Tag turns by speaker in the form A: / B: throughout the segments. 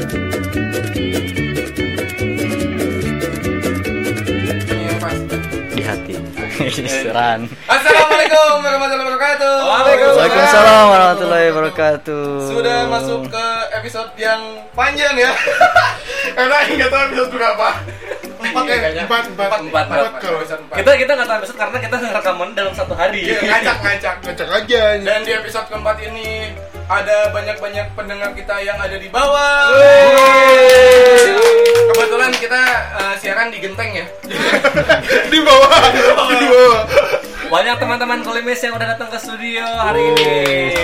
A: Iya,
B: Beneran.
A: Assalamualaikum warahmatullahi wabarakatuh.
B: Waalaikumsalam warahmatullahi wabarakatuh.
A: Sudah masuk ke episode yang panjang ya.
C: Karena nggak tahu episode berapa. Empat
A: Iya,
C: ya, empat, empat,
A: Empat, empat,
C: kalau
A: episode empat.
D: Kita kita nggak tahu episode karena kita rekaman dalam satu hari.
A: Iya, ngacak ngacak.
C: ngecek aja.
A: Dan di episode keempat ini ada banyak-banyak pendengar kita yang ada di bawah. Kebetulan kita eh, siaran di genteng ya.
C: di bawah, di bawah.
D: Banyak teman-teman kolimis yang udah datang ke studio hari ini.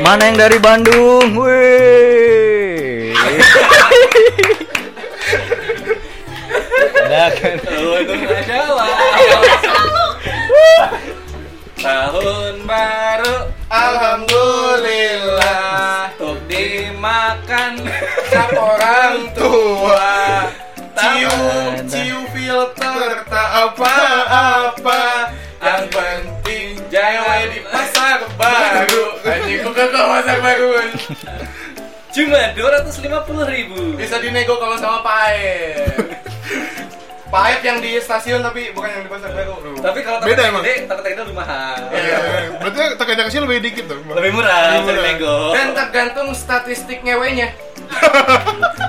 B: Mana yang dari Bandung? Wih. Ada kan?
C: Oh,
D: Nggak Jawa. Tahun baru
A: Alhamdulillah.
D: untuk dimakan.
A: Cap orang tua. Ciu,
B: Ada.
A: ciu filter tak apa-apa. Yang penting jangan di pasar baru. Anjing gua ke pasar baru.
D: Cuma 250 ribu.
A: Bisa dinego kalau sama Pak Aep. Pak Aep yang di stasiun tapi bukan yang di pasar baru.
D: Tapi kalau
C: Beda
D: tempat
C: emang?
D: gede, tempat gede lebih mahal.
C: Iya, berarti tekan sih lebih dikit dong.
D: Lebih murah, dari
C: Lebih murah.
D: Lego.
A: Dan tergantung statistik ngewenya.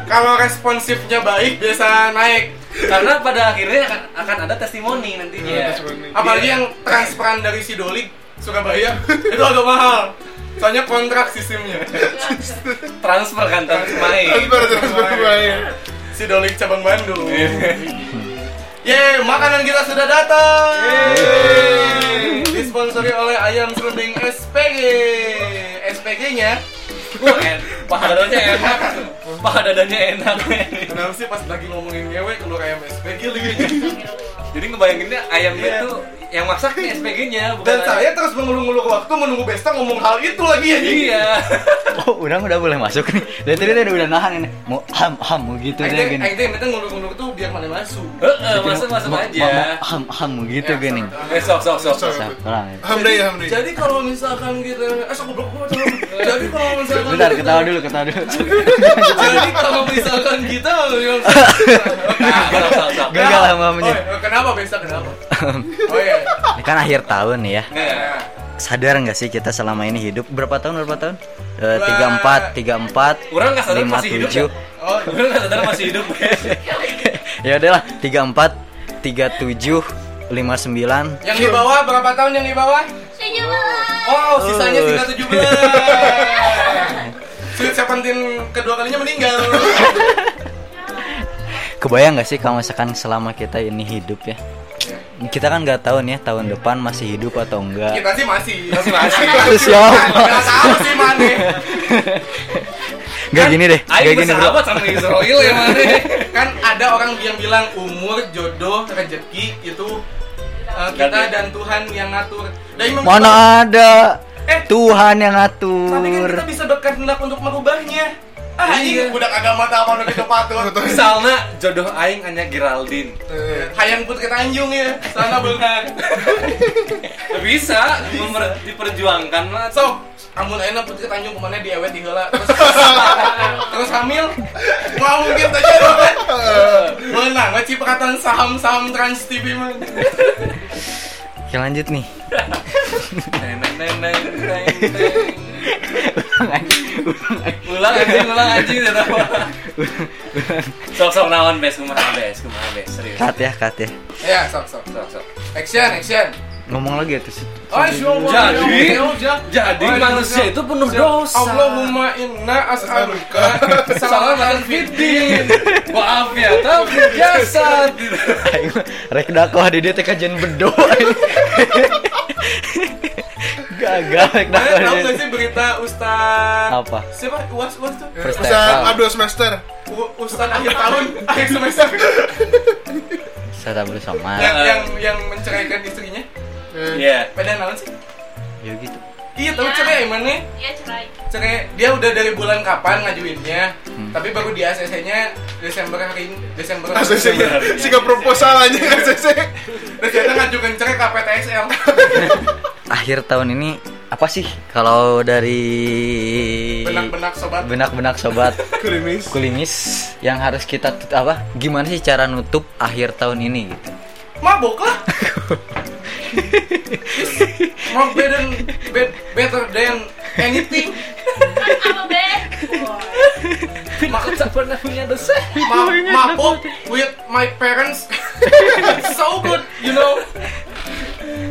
A: kalau responsifnya baik biasa naik.
D: Karena pada akhirnya akan, akan ada testimoni nantinya.
C: testimoni.
B: Iya,
A: Apalagi yang transferan dari Sidolik Surabaya itu agak mahal. Soalnya kontrak sistemnya.
D: Transfer kan transfer main.
C: Transfer, transfer, main.
A: Sidolik cabang Bandung.
B: Iya.
A: Yeay, makanan kita sudah datang. Disponsori oleh Ayam Serunding SPG. SPG-nya
D: Wah, Paha dadanya enak. Paha dadanya enak.
A: Kenapa sih pas lagi ngomongin ngewe keluar ayam SPG lagi
D: Jadi ngebayanginnya ayamnya
A: Iya.
D: tuh yang masak nih SPG-nya bukan
A: Dan
D: ayam.
A: saya terus mengulur-ulur waktu menunggu Besta ngomong hal itu lagi ya
D: Iya.
B: Oh, udah udah boleh masuk nih. Dari tadi dia udah nahan ini. Mau ham ham mau gitu deh
A: Akhirnya
B: gini.
A: akhirnya yang penting ngulur-ngulur tuh biar mana masuk
D: Heeh, masuk masuk
B: Mau-
D: aja.
B: mau- mau Ham ham mau gitu
A: Ya,
B: gini.
A: sama-sama.
D: Eh, sok sok sok.
C: Sorry.
B: Sa- Kurang itu.
C: Hamdai, Hamdai.
A: Jadi kalau misalkan kita eh sok goblok gua tolong. Jadi kalau misalkan
B: Bentar,
A: kita-
B: ketawa dulu, ketawa dulu.
A: Jadi kalau misalkan kita yang-
D: Ah, sok sok sok.
B: Gagal hamamnya.
A: Oh, eh, kenapa Besta kenapa? Oh iya.
B: Ini kan akhir tahun nih ya.
D: Nah,
B: Sadar nggak sih kita selama ini hidup berapa tahun berapa tahun? Eh,
A: Dua-
B: 34, 34,
D: Orang nggak sadar masih hidup
B: 57.
A: Oh,
D: Gue nggak sadar masih hidup.
B: ya udahlah, 34, 37, 59.
A: yang di bawah berapa tahun yang di bawah? Oh, sisanya
B: Oh.
A: tinggal 17. Sweet Seventeen kedua kalinya meninggal.
B: Kebayang nggak sih kalau misalkan selama kita ini hidup ya? Kita kan nggak tahu nih ya tahun depan masih hidup atau enggak.
A: Kita sih masih. Masih masih.
B: Itu siapa?
A: Enggak tahu sih mana.
D: kan
B: Nggak gini deh,
D: Ayo
B: nggak gini bro.
D: bersahabat sama Israel ya mana?
A: Kan ada orang yang bilang umur, jodoh, rezeki itu eh, kita
D: Ganti.
A: dan Tuhan yang ngatur. Dan emang
B: Mana
A: kita-
B: ada
A: Eh.
B: Tuhan yang
A: Tapi kan kita
B: ngatur.
A: bisa berkehendak untuk merubahnya. Ah, ini
D: Iya.
A: budak agama tak mau kita patut.
D: Misalnya jodoh aing hanya Geraldine.
C: Eh,
A: Hayang Putri Tanjung ya, sana benar.
D: Bisa memper- diperjuangkan lah. Sok.
A: So, amun enak Putri Tanjung kemana di ewet di heula. Terus, terus hamil, mau mungkin aja kan. Menang, ngaci perkataan saham-saham Trans TV mah.
B: Oke lanjut nih.
D: Neng, neng, neng, neng, neng, neng. ulang anjing ulang anjing tidak apa sok sok naon bes kumaha bes kumaha bes serius
B: Cut ya, cut ya.
A: Ya, sok sok.
D: sok sok
A: Action, action.
B: Ngomong lagi ya terus.
A: Oh, siapa?
D: Jadi?
A: Siapa?
D: jadi
A: Oh,
D: manusia
A: siapa?
D: itu penuh
A: Siapa?
D: dosa
A: Allahumma inna as'aluka salamatan
D: salamatan
A: fit
D: fitin maaf ya tapi biasa
B: Aing mah rek dakwah di DT kajian bedo. Gagal rek dakwah
A: Kalian Eh, tahu
B: di DT.
A: gak sih berita Ustaz
B: Apa?
A: Siapa? Uas, Uas tuh?
B: First
C: Ustaz
B: step.
C: Abdul Semester.
A: U- Ustaz akhir tahun, akhir semester
B: Saya tak bersama.
A: yang, yang, yang menceraikan istrinya
C: Eh,
D: ya
A: Pada naon sih?
B: Ya gitu.
A: Iya, tapi cerai mana?
E: Iya cerai.
A: Cerai, dia udah dari bulan kapan ngajuinnya Tapi baru di ACC-nya Desember hari ini Desember
C: Eh,
A: iya.
C: ACC-nya, sikap proposal aja ACC.
A: Terus dia ngajukan cerai ke PTSL
B: akhir tahun ini apa sih kalau dari
A: Benak-benak sobat
B: benak-benak sobat
C: Krimis.
B: kulimis yang harus kita tut- apa gimana sih cara nutup akhir tahun ini gitu
A: Mabok lah Rock better be- better than anything.
E: Apa be?
A: Ma-
D: Tak pernah punya dosa.
A: ma- mabok with my parents. so good, you know.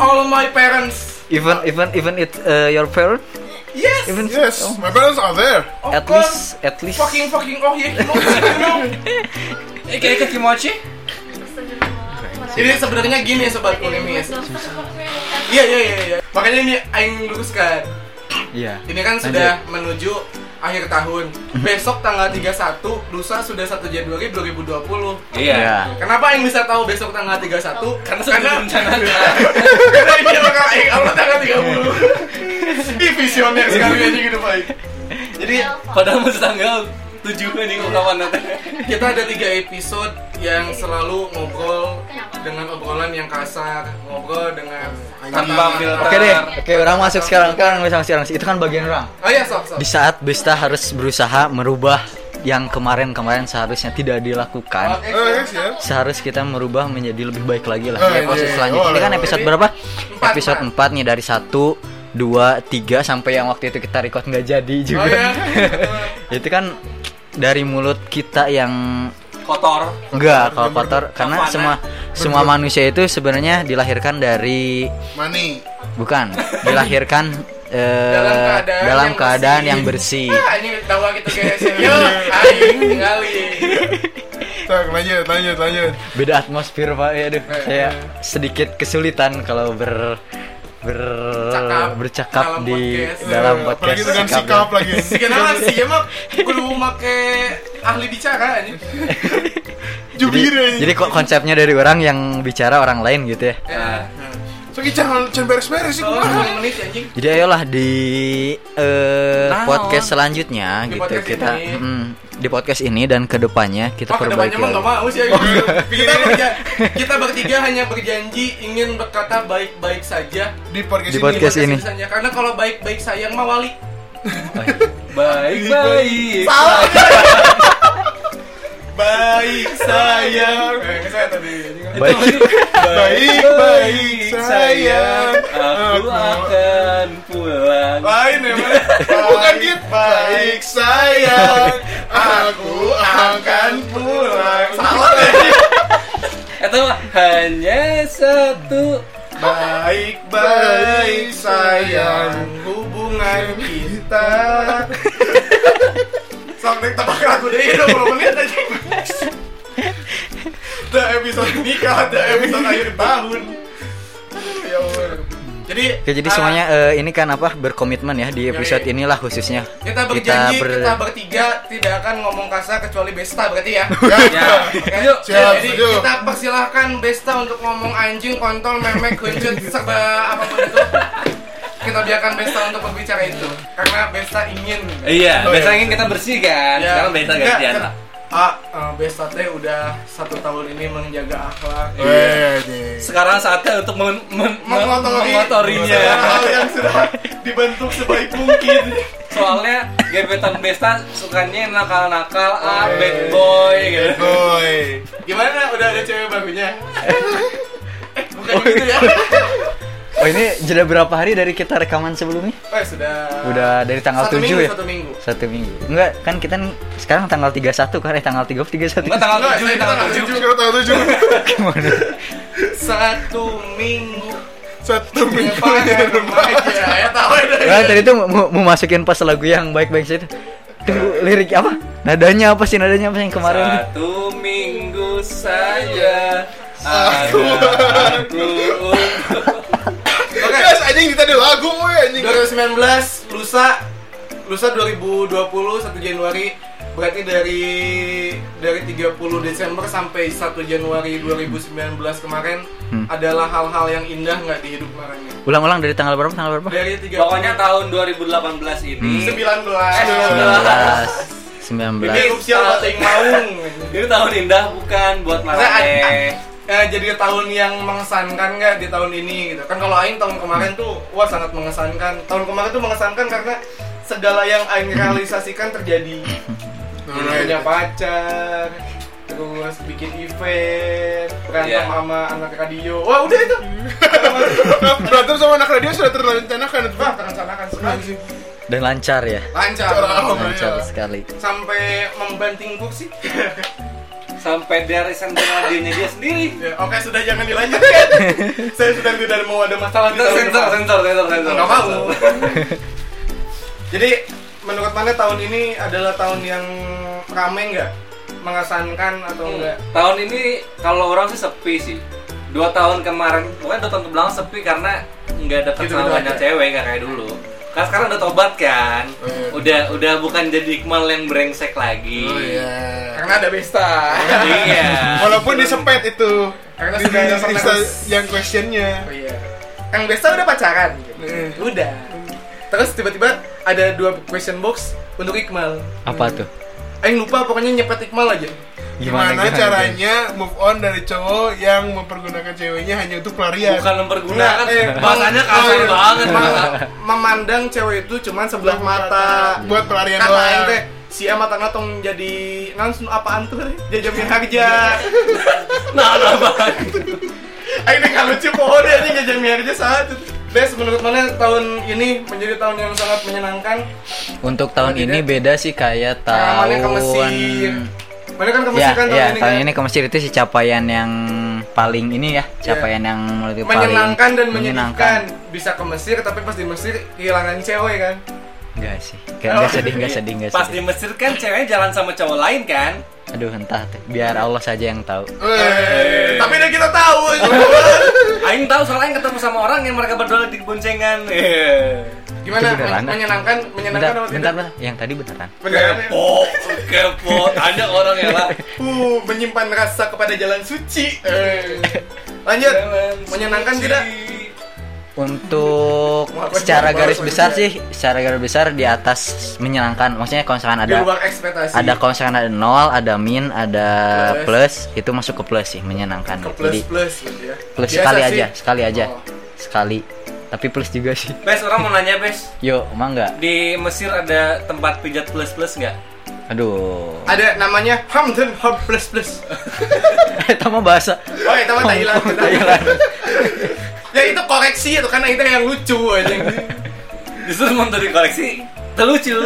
A: All my parents.
B: even even even it uh, your parent
A: Yes.
B: even
C: Yes,
B: oh,
C: my parents are there.
A: of
B: at
A: course.
B: least at least
A: Fucking fucking oh yeah, kimochi, you know.
D: Eh, kayak kimochi?
A: Jadi sebenarnya gini ya, sobat
E: Ini
A: kulimis. Iya iya iya iya. Makanya ini aing luruskan.
B: iya
A: Ini kan sudah menuju akhir tahun.
B: Mhm.
A: Besok tanggal 31 lusa sudah 1 Januari 2020.
B: Iya.
A: Kenapa Aing bisa tahu besok tanggal 31? Karena
D: sudah
A: karena
D: direncanakan.
A: karena ini bakal Aing upload tanggal 30. Ih visioner sekali aja gitu baik. Jadi
D: Padahal masih tanggal 7 anjing kok kapan nanti.
A: kita ada tiga episode yang selalu ngobrol dengan obrolan yang kasar, ngobrol dengan
D: Tanpa filter.
B: oke deh oke orang masuk sekarang kan masuk sekarang itu kan bagian orang
A: Oh iya sok sok.
B: di saat Besta harus berusaha merubah yang kemarin-kemarin seharusnya tidak dilakukan
A: Oke,
C: Eh, yes, ya.
B: seharus kita merubah menjadi lebih baik lagi lah
C: Oh,
B: ya proses
C: iya, iya.
B: selanjutnya
C: Oh,
B: ini kan
C: iya.
B: episode berapa
A: Empat,
B: episode
A: Pak.
B: 4 nih dari 1 2 3 sampai yang waktu itu kita record nggak jadi juga
A: Oh iya.
B: itu kan dari mulut kita yang
D: Kotor.
B: enggak kalau kotor karena
A: eh?
D: Apaan,
B: semua semua manusia itu sebenarnya dilahirkan dari
C: ya. Money.
B: bukan dilahirkan eh,
A: Dalam keadaan
B: dalam
A: yang
B: keadaan
A: bersih.
B: yang bersih
A: Ah, anjing tawa kita kayak serius. Aing tinggalin.
C: Tak, lanjut, lanjut, lanjut.
B: beda atmosfer pak ya aduh
A: Eh,
B: saya sedikit kesulitan kalau ber ber
A: Cakap.
B: bercakap
A: Dalam
B: di
A: podcast.
B: dalam podcast
C: Eh,
B: ya.
C: Apalagi dengan
B: sikap
C: sikap
B: dan-
C: lagi.
A: Kenapa sih ya mah kudu make ahli bicara anjing.
B: jadi,
C: Jubir aja.
B: jadi kok konsepnya dari orang yang bicara orang lain gitu ya
D: Ah.
A: Ya.
C: Soalnya jangan jangan beres-beres sih.
A: Oh,
C: gua.
A: 10 menit anjing.
B: jadi ayolah di eh,
D: Nah,
B: podcast selanjutnya
A: oh. Di
B: gitu
A: podcast
B: kita
A: ini. Oh,
B: mm, di podcast ini dan kedepannya kita
A: Wah, kedepannya
B: perbaiki
A: mah nggak
B: lagi. Oh, iya.
A: mau sih. anjing. kita, berja- kita bertiga hanya berjanji ingin berkata baik-baik saja.
C: Di podcast
B: Di
C: ini.
B: podcast.
A: Terima
B: ini.
A: kasih saja. Karena kalau baik-baik sayang mah wali.
D: Baik-baik.
A: Salah. baik sayang. Eh, saya tadi.
B: Baik.
C: Baik, baik, sayang.
D: Aku akan pulang.
A: Lain ya, Mas.
C: Bukan gitu. Baik, sayang. Aku akan pulang. ya?
A: Salah deh.
D: Itu hanya satu
A: Baik baik sayang hubungan kita. Sampai tebak lagu
C: ya,
A: deh 20 menit aja. Ada episode nikah, ada episode akhir tahun. Aduh, ya Allah. Jadi,
B: Oke,
A: ah,
B: jadi semuanya eh, ini kan apa berkomitmen ya di episode
A: Yoi.
B: inilah khususnya
A: eh, kita berjanji kita,
B: ber-
A: bertiga tidak akan ngomong kasar kecuali Besta berarti ya.
C: Iya.
D: Ya.
A: Oke?
D: Yuk,
C: siap,
A: Jadi
C: setuju.
A: kita persilahkan Besta untuk ngomong anjing, kontol, memek, kuncut, serba apapun itu. Kita biarkan Besta untuk berbicara itu karena Besta ingin.
D: Iya,
C: Oh, iya.
D: biasanya kan kita bersih kan.
A: Ya.
D: Sekarang beda
A: Enggak,
D: gantian
A: kan-
D: lah.
A: Ah, eh, Besta teh udah satu tahun ini menjaga akhlak.
D: Iya.
A: Iya.
C: Eh, deh.
D: Sekarang saatnya untuk men men-
A: Mengotori
D: mengotorinya.
A: hal yang sudah dibentuk sebaik mungkin.
D: Soalnya gebetan Besta sukanya nakal-nakal, ah
C: Eh.
D: bad boy gitu.
C: Boy.
A: Gimana? Udah ada cewek barunya? Eh, bukan gitu ya?
D: iya.
B: oh ini jeda berapa hari dari kita rekaman sebelumnya
A: Eh, sudah.
B: udah dari tanggal
A: satu
B: 7
A: minggu,
B: ya
A: Satu minggu.
B: satu minggu enggak kan kita nih sekarang tanggal 31 kan eh tanggal 30 31
D: Enggak tanggal
A: Enggak,
D: 7
A: saya
D: tanggal
A: tanggal
D: 7.
C: Juga tahu tujuh.
B: Gimana?
A: Satu minggu.
C: Satu minggu
A: Apaan
C: di
A: ya,
C: rumah.
A: remaja? Ya, tahu ya.
B: Nah, tadi tuh mau, mau masukin pas lagu yang baik-baik sih itu. Tunggu lirik apa? Nadanya apa sih? Nadanya apa sih yang kemarin? tuh?
D: Satu minggu saja aku aku
A: Oke.
C: Guys, anjing kita ada lagu, woy, anjing.
A: 2019 lusa lusa 2020 1 Januari berarti dari dari 30 Desember sampai 1 Januari 2019 kemarin
B: Hmm.
A: adalah hal-hal yang indah nggak di hidup orangnya.
B: Ulang-ulang dari tanggal berapa? Tanggal berapa?
A: Dari 30
D: Pokoknya tahun 2018 ini
A: 19 Ini
B: 19 19
A: erupsi apa yang maung.
D: ini tahun indah bukan buat
A: Saya-
D: marane.
A: Eh, jadi tahun yang mengesankan nggak di tahun ini gitu kan kalau Aing tahun kemarin tuh wah sangat mengesankan tahun kemarin tuh mengesankan karena segala yang Aing realisasikan terjadi Jadi
C: Alright.
A: punya Gitu, pacar terus bikin event berantem
D: Iya.
A: sama anak radio wah udah itu
C: Berantem sama anak radio sudah terrencanakan itu
A: wah
C: Pak.
A: terencanakan sekali Iya sih
B: Dan lancar ya.
A: lancar
C: Cara-
B: Lancar
A: ya.
C: iya.
B: sekali.
A: sampai membanting kursi
D: sampai dari sendal radionya dia sendiri
A: Ya, oke sudah jangan dilanjutkan saya sudah tidak mau ada masalah di
D: sensor
A: tahun
D: sensor
A: depan.
D: sensor sensor sensor
A: nggak mau jadi menurut mana tahun ini adalah tahun yang rame nggak mengesankan atau
D: Hmm.
A: enggak
D: tahun ini kalau orang sih sepi sih dua tahun kemarin pokoknya dua tahun kebelakang sepi karena nggak dapet
A: Gitu-gitu
D: sama
A: aja.
D: banyak cewek nggak kayak dulu karena sekarang udah tobat kan udah udah bukan jadi Iqbal yang brengsek lagi
A: iya. karena ada pesta
D: iya
C: Walaupun disempet itu
A: Karena
C: Di-
A: sudah
C: di-
A: ada pernah-
C: Insta- yang questionnya
A: Oh iya. Kang Besta udah pacaran? gitu.
D: Hmm.
C: Heeh.
A: Udah. Terus tiba-tiba ada dua question box untuk Iqmal.
B: Apa tuh?
A: Aing lupa pokoknya nyepet Iqmal aja.
B: Gimana,
C: Gimana,
B: gimana,
C: caranya move on dari cowok yang mempergunakan ceweknya hanya untuk pelarian
D: bukan mempergunakan
A: Nah, eh,
D: ya, bahasanya
A: mem-
D: kasar
A: oh iya.
D: banget
A: Mem- memandang cewek itu cuman sebelah mata.
D: Iya.
C: Buat pelarian
A: Kan aing
C: doang
A: teh si Emma tangga tong jadi langsung apaan tuh jajamin harga.
D: nah nah banget
A: Aing teh nggak lucu pohon ya, deh ini jajamin harga saat itu. Bes menurut mana tahun ini menjadi tahun yang sangat menyenangkan?
B: Untuk tahun ini beda sih kayak
A: Karena
B: tahun
A: mana ya. ke Mesir. Mana kan ke Mesir
B: Ya,
A: kan tahun
B: ya,
A: ini.
B: tahun
A: kan? Iya.
B: ini ke Mesir itu sih capaian yang paling ini ya, capaian yang menurut gue paling
A: menyenangkan dan menyedihkan bisa ke Mesir tapi pas di Mesir kehilangan cewek kan
B: Enggak sih. Enggak sedih, enggak sedih, enggak
D: pas di
B: sedih.
D: Mesir kan ceweknya jalan sama cowok lain kan
B: Aduh, entah deh. Biar Allah saja yang tahu.
A: Iya,
C: Weh.
A: tapi udah kita tahu
D: Aing tahu soalnya Aing ketemu sama orang yang mereka berdua di boncengan Iya.
A: gimana
B: Itu beneran,
A: men-
B: ah?
A: menyenangkan menyenangkan
B: Bentar,
A: apa
B: bentar,
A: tidak
B: bentar. Yang tadi beneran.
A: Beneran ya?
D: kepo kepo tanya orang ya lah
A: Uh, menyimpan rasa kepada jalan suci Eh. lanjut menyenangkan tidak
B: Untuk
A: Kenapa
B: secara
A: sih?
B: garis
A: Baru
B: besar
A: saja.
B: sih, secara garis besar di atas menyenangkan. Maksudnya kalau
A: di
B: misalkan ada
A: luar ekspektasi
B: ada kalau misalkan ada nol, ada min, ada plus, itu masuk ke plus sih menyenangkan.
A: ke plus
B: Jadi
A: plus gitu ya
B: plus
A: Biasa
B: sekali
A: sih.
B: aja, sekali aja,
A: Oh.
B: sekali. Tapi plus juga sih.
D: Bes orang mau nanya Bes
B: Yo, emang enggak?
D: di Mesir ada tempat pijat plus plus nggak
B: Aduh.
A: ada namanya Hamdan Hub plus plus
B: Itu mah bahasa.
A: oh itu mah Thailand
B: Thailand.
A: ya itu koreksi itu karena itu yang lucu aja
D: justru mau dari koleksi terlucu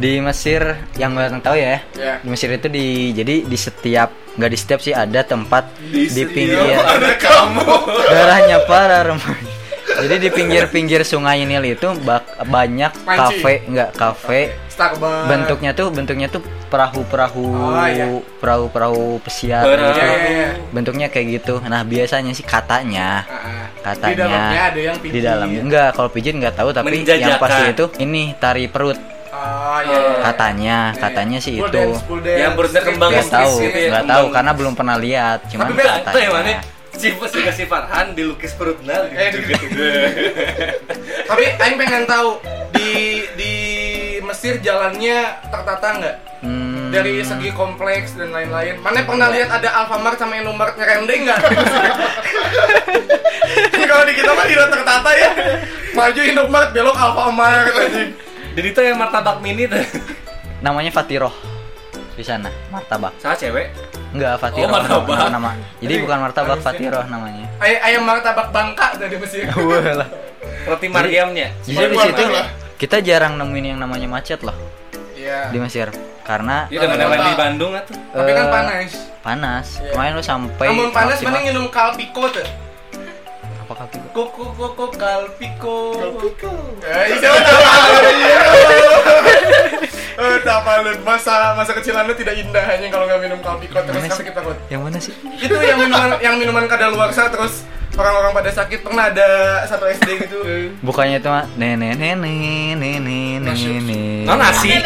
B: Di Mesir yang orang tahu ya.
A: Ya.
B: Di Mesir itu di jadi di setiap nggak di setiap sih ada tempat di, pinggir
A: ada kamu
B: darahnya para remaja. Jadi di pinggir-pinggir sungai Nil itu bak- banyak
A: Panci.
B: kafe, nggak kafe.
A: Starbucks
B: Bentuknya tuh bentuknya tuh perahu-perahu
A: Oh, iya.
B: perahu-perahu pesiar.
A: Iya,
D: Perahu.
B: gitu.
A: iya, iya.
B: Bentuknya kayak gitu. Nah, biasanya sih katanya
A: Ah, ah.
B: katanya
A: di dalamnya ada yang pijit
B: di dalamnya enggak kalau pijit enggak tahu tapi yang
D: Menjajakan.
B: pasti itu ini tari perut
A: ah iya, iya.
B: katanya
A: Iya, iya.
B: katanya sih
A: Full
B: itu
A: dance, full dance,
D: Yang berutnya
A: street
D: kembang
B: nggak
A: dance,
D: yang
B: tahu
D: fisik,
A: street dance.
D: ya.
B: nggak tahu karena belum pernah lihat cuman
D: tapi ya, Bes itu yang mana
B: katanya
D: si si si Farhan dilukis perutnya
A: Eh,
D: gitu
A: tapi Aing pengen tahu di di Mesir jalannya tertata nggak
B: Hmm,
A: dari segi kompleks dan lain-lain. Mana pernah lihat ada Alfamart sama Indomart ngerendeng nggak? Ini kalau di kita mah tidak tertata ya. Maju Indomart, belok Alfamart. anjing.
D: jadi itu yang martabak mini tuh
B: namanya Fatiroh di sana martabak
D: sama cewek
B: enggak Fatiroh
D: Oh, martabak.
B: nama, nama. jadi bukan martabak
A: harusnya.
B: Fatiroh namanya
A: Ay- Ayam martabak bangka dari Mesir.
B: Wah lah.
D: roti Mariamnya
B: jadi di
C: Martabak
B: situ
C: lah.
B: kita jarang nemuin yang namanya macet loh
A: Iya.
B: di Mesir karena
D: dia udah ngedewain di Bandung atuh
A: Tapi kan
B: eh,
A: panas.
B: panas
A: Iya.
B: kemarin lu sampai
A: Namun panas
B: maksimal-
A: mending minum kalpiko tuh.
B: apa kaki gua?
A: Koko koko kalpiko.
C: Kalpiko.
A: Eh, itu apa? Eh, apa lu? Masa masa kecilan lu tidak indah hanya kalau nggak minum kalpiko terus
B: Gimana sih?
A: sakit takut.
B: yang mana sih
A: Itu yang minuman yang minuman kadaluarsa terus orang-orang pada sakit pernah ada satu SD gitu.
B: Bukannya itu mah nenek nenek nenek nenek
D: no nasi